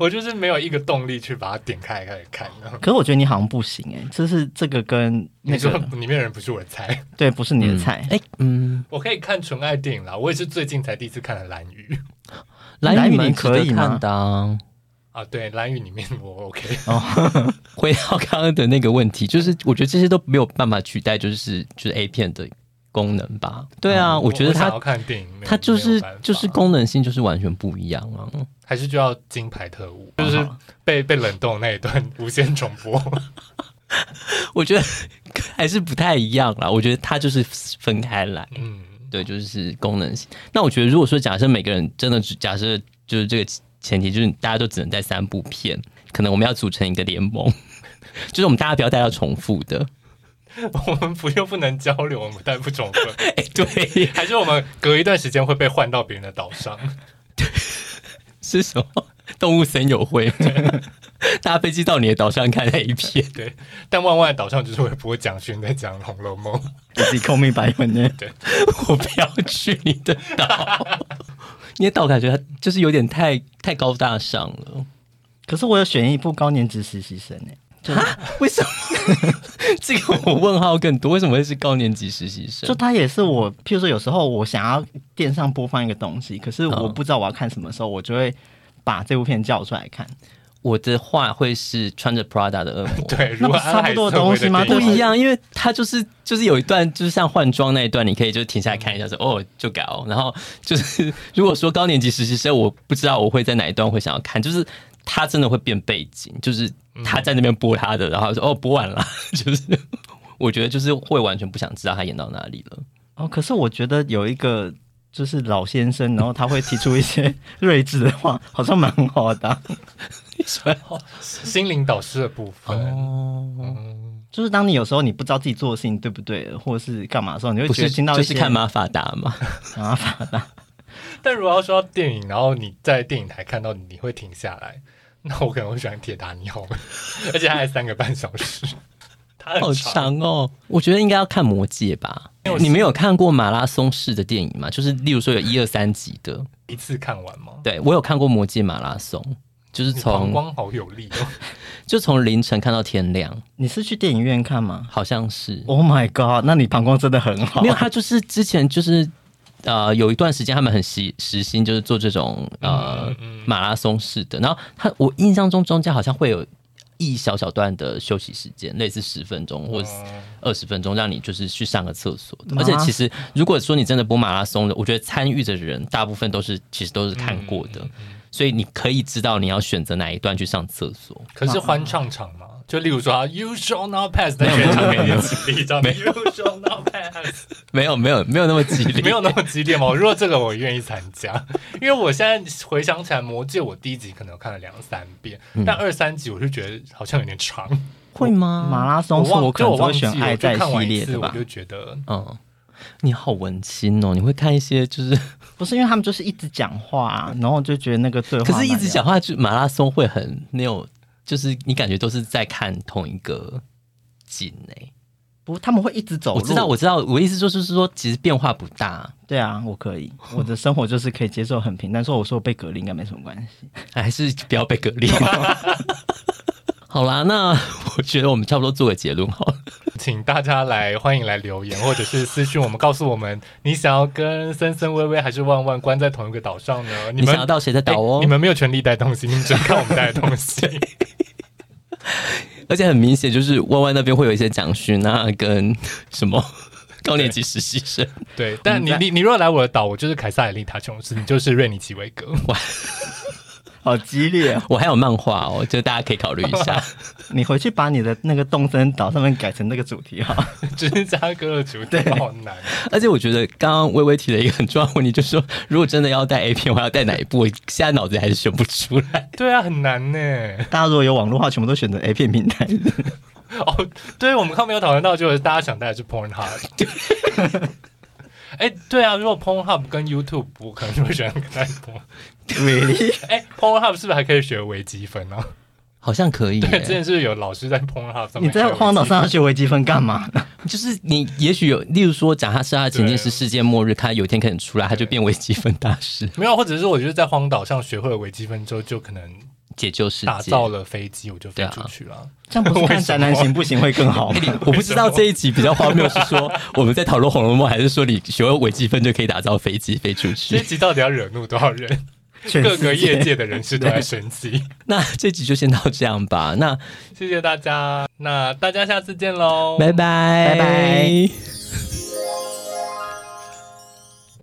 Speaker 2: 我就是没有一个动力去把它点开开始看。
Speaker 3: 可是我觉得你好像不行哎、就是这个跟
Speaker 2: 你
Speaker 3: 那
Speaker 2: 说
Speaker 3: 个
Speaker 2: 里面的人不是我的菜，
Speaker 3: 对，不是你的菜。
Speaker 1: 哎、嗯，
Speaker 2: 我可以看纯爱电影啦。我也是最近才第一次看了《蓝鱼》，
Speaker 1: 蓝
Speaker 3: 蓝
Speaker 1: 雨
Speaker 3: 雨
Speaker 1: 蛮
Speaker 3: 你
Speaker 1: 值
Speaker 3: 可
Speaker 1: 得
Speaker 3: 以吗
Speaker 1: 看的啊、
Speaker 2: 啊，对，蓝雨里面我 OK，
Speaker 1: 回到刚刚的那个问题，就是我觉得这些都没有办法取代，就是就是 A 片的功能吧。对啊，我觉得
Speaker 2: 想
Speaker 1: 它
Speaker 2: 要看电影没有，
Speaker 1: 它就
Speaker 2: 没有
Speaker 1: 是
Speaker 2: 办法
Speaker 1: 就是功能性就是完全不一样啊。
Speaker 2: 还是就要金牌特务，就是被被冷冻那一段无限重播。
Speaker 1: 我觉得还是不太一样啦。我觉得它就是分开来，
Speaker 2: 嗯，
Speaker 1: 对，就是功能性。那我觉得如果说假设每个人真的只假设就是这个前提，就是大家都只能带三部片，可能我们要组成一个联盟， 就是我们大家不要带到重复的。
Speaker 2: 我们不又不能交流，我们但不重合，
Speaker 1: 哎、对，
Speaker 2: 还是我们隔一段时间会被换到别人的岛上？
Speaker 1: 是什么？动物森友 会，搭飞机到你的岛上看 A 片，
Speaker 2: 对，但万万的岛上就是会播蒋勋在讲《红楼梦》，
Speaker 3: 自己扣命白文 呢？
Speaker 1: 我不要去你的岛。 你的岛感觉它就是有点太太高大上了，
Speaker 3: 可是我有选一部高年级实习生欸呢、
Speaker 1: 为 什么？这个我问号更多，为什么会是高年级实习生
Speaker 3: 就？它也是我，譬如说有时候我想要电上播放一个东西，可是我
Speaker 1: 嗯
Speaker 3: 不知道我要看什么时候，我就会把这部片叫出来看。
Speaker 1: 我的话会是穿着 Prada 的恶 魔，
Speaker 2: 对，如果
Speaker 3: 那不是差不多的东西吗
Speaker 2: 安海瑟薇的电
Speaker 1: 不
Speaker 2: 影
Speaker 1: 一样，因为他就是就是有一段就是像换装那一段，你可以就停下来看一下说哦就搞，然后就是如果说高年级实习生，我不知道我会在哪一段会想要看，就是他真的会变背景，就是他在那边播他的，然后说哦播完了， 就是我觉得就是会完全不想知道他演到哪里了。
Speaker 3: 哦，可是我觉得有一个就是老先生，然后他会提出一些 睿智的话，好像蛮好的啊、
Speaker 2: 心灵导师的部分。
Speaker 1: 哦，
Speaker 2: 嗯
Speaker 3: 就是当你有时候你不知道自己做的事情对不对，或者是干嘛的时候，你会
Speaker 1: 不
Speaker 3: 觉得
Speaker 1: 是
Speaker 3: 听到
Speaker 1: 就
Speaker 3: 一
Speaker 1: 是
Speaker 3: 些
Speaker 1: 看马法达嘛？
Speaker 3: 麻烦的。
Speaker 2: 但如果要说到电影，然后你在电影台看到你，你会停下来，那我可能会喜欢《铁达尼号》， 而且它还三个半小时，它很
Speaker 1: 好
Speaker 2: 长。
Speaker 1: 长哦，我觉得应该要看《魔戒》吧。你们有看过马拉松式的电影吗？就是例如说有一二三集的。
Speaker 2: 一次看完吗？
Speaker 1: 对我有看过《魔戒马拉松》，就是
Speaker 2: 你膀
Speaker 1: 从
Speaker 2: 胱好有力哦，
Speaker 1: 就从凌晨看到天亮，
Speaker 3: 你是去电影院看吗
Speaker 1: 好像是。
Speaker 3: ？Oh my god，那你膀胱真的很好
Speaker 1: 没。有，他就是之前就是呃有一段时间他们很实实心，就是做这种呃
Speaker 2: 嗯嗯嗯
Speaker 1: 马拉松式的。然后他我印象中中间好像会有一小小段的休息时间，类似十分钟或
Speaker 2: 嗯
Speaker 1: 二十分钟，让你就是去上个厕所的。
Speaker 3: 妈
Speaker 1: 而且其实如果说你真的播马拉松的，我觉得参与的人大部分都是其实都是看过的，所以你可以知道你要选择哪一段去上厕所。
Speaker 2: 可是欢唱场嘛，就例如说啊，You shall not pass，在全场给你起立，这样 You shall not pass，
Speaker 1: 没有没有 没有那么激烈，
Speaker 2: 没有那么激烈吗？如果这个我愿意参加，因为我现在回想起来，《魔戒》我第一集可能有看了两三遍，但二三集我就觉得好像有点长。
Speaker 1: 会吗？
Speaker 3: 马拉
Speaker 2: 我
Speaker 3: 松是
Speaker 2: 忘
Speaker 3: 我可
Speaker 2: 就
Speaker 3: 能
Speaker 2: 我
Speaker 3: 只
Speaker 2: 忘
Speaker 3: 会
Speaker 2: 记
Speaker 3: 选
Speaker 2: 了
Speaker 3: 爱
Speaker 2: 我就
Speaker 3: 在
Speaker 2: 看
Speaker 3: 系
Speaker 2: 完一
Speaker 3: 列
Speaker 2: 次
Speaker 3: 的
Speaker 2: 我
Speaker 3: 吧
Speaker 2: 就？觉得
Speaker 1: 嗯，你好文青哦，你会看一些就是，
Speaker 3: 不是因为他们就是一直讲话、啊然后就觉得那个对 话。
Speaker 1: 可是一直讲，话就马拉松会很没有，就是你感觉都是在看同一个景诶、
Speaker 3: 不，他们会一直走
Speaker 1: 我
Speaker 3: 路。
Speaker 1: 知道，我知道，我意思就是说，其实变化不大，
Speaker 3: 对啊，我可以，我的生活就是可以接受很平淡。所以我说我被隔离应该没什么关系。
Speaker 1: 哎还是不要被隔离。 好啦，那我觉得我们差不多做个结论好了。
Speaker 2: 请大家来欢迎来留言，或者是私讯我们，告诉我们你想要跟森森、微微还是万万关在同一个岛上呢？
Speaker 1: 你
Speaker 2: 们
Speaker 1: 想要到谁的岛哦
Speaker 2: 哎你们没有权利带东西，你们只能看我们带的东西。
Speaker 1: 而且很明显，就是弯弯那边会有一些蒋勋啊，跟什么 高年级实习生。
Speaker 2: 对，
Speaker 3: 嗯
Speaker 2: 但你你你如果来我的岛，我就是凯撒尔丽塔琼斯，你就是瑞尼奇维格。
Speaker 3: 好激烈、哦！
Speaker 1: 我还有漫画哦，就大家可以考虑一 下。
Speaker 3: 你回去把你的那个动森岛上面改成那个主题哈。
Speaker 2: 芝加哥的主题好难，
Speaker 1: 而且我觉得刚刚微微提了一个很重要的问题，就是说如果真的要带 A 片，我要带哪一部？我现在脑子里还是选不出来。
Speaker 2: 对啊，很难呢。
Speaker 3: 大家如果有网络的话，全部都选择 A 片平 台。
Speaker 2: 哦，对，我们刚没有讨论到，就是大家想带的是 Pornhub。哎，对啊，如果 Pornhub 跟 YouTube，我可能就会选择带 Porn。
Speaker 3: really？
Speaker 2: 哎，Pornhub 是不是还可以学微积分呢、啊？
Speaker 1: 好像可以耶、
Speaker 2: 对，之前是不是有老师在 Pornhub 上面，
Speaker 3: 你在荒岛上要学微积分干嘛？
Speaker 1: 就是你也许有，例如说，假设他的情境是世界末日，他有一天可能出来，他就变微积分大师，
Speaker 2: 没有，或者是我觉得在荒岛上学会了微积分之后，就可能
Speaker 1: 解救世
Speaker 2: 打
Speaker 1: 界。
Speaker 2: 造了飞机，我就
Speaker 3: 啊
Speaker 2: 飞出去了。
Speaker 3: 这 样不是看宅男行不行会更 好吗？
Speaker 1: 我不知道这一集比较荒谬，是说我们在讨论《红楼梦》，还是说你学会微积分就可以打造飞机飞出
Speaker 2: 这
Speaker 1: 去？
Speaker 2: 集到底要惹怒多少人？
Speaker 3: 全
Speaker 2: 各个
Speaker 3: 世界
Speaker 2: 业界的人士都在生 气。
Speaker 1: 那这集就先到这样吧，那
Speaker 2: 谢谢大家，那大家下次见喽，
Speaker 1: 拜拜，
Speaker 3: 拜拜。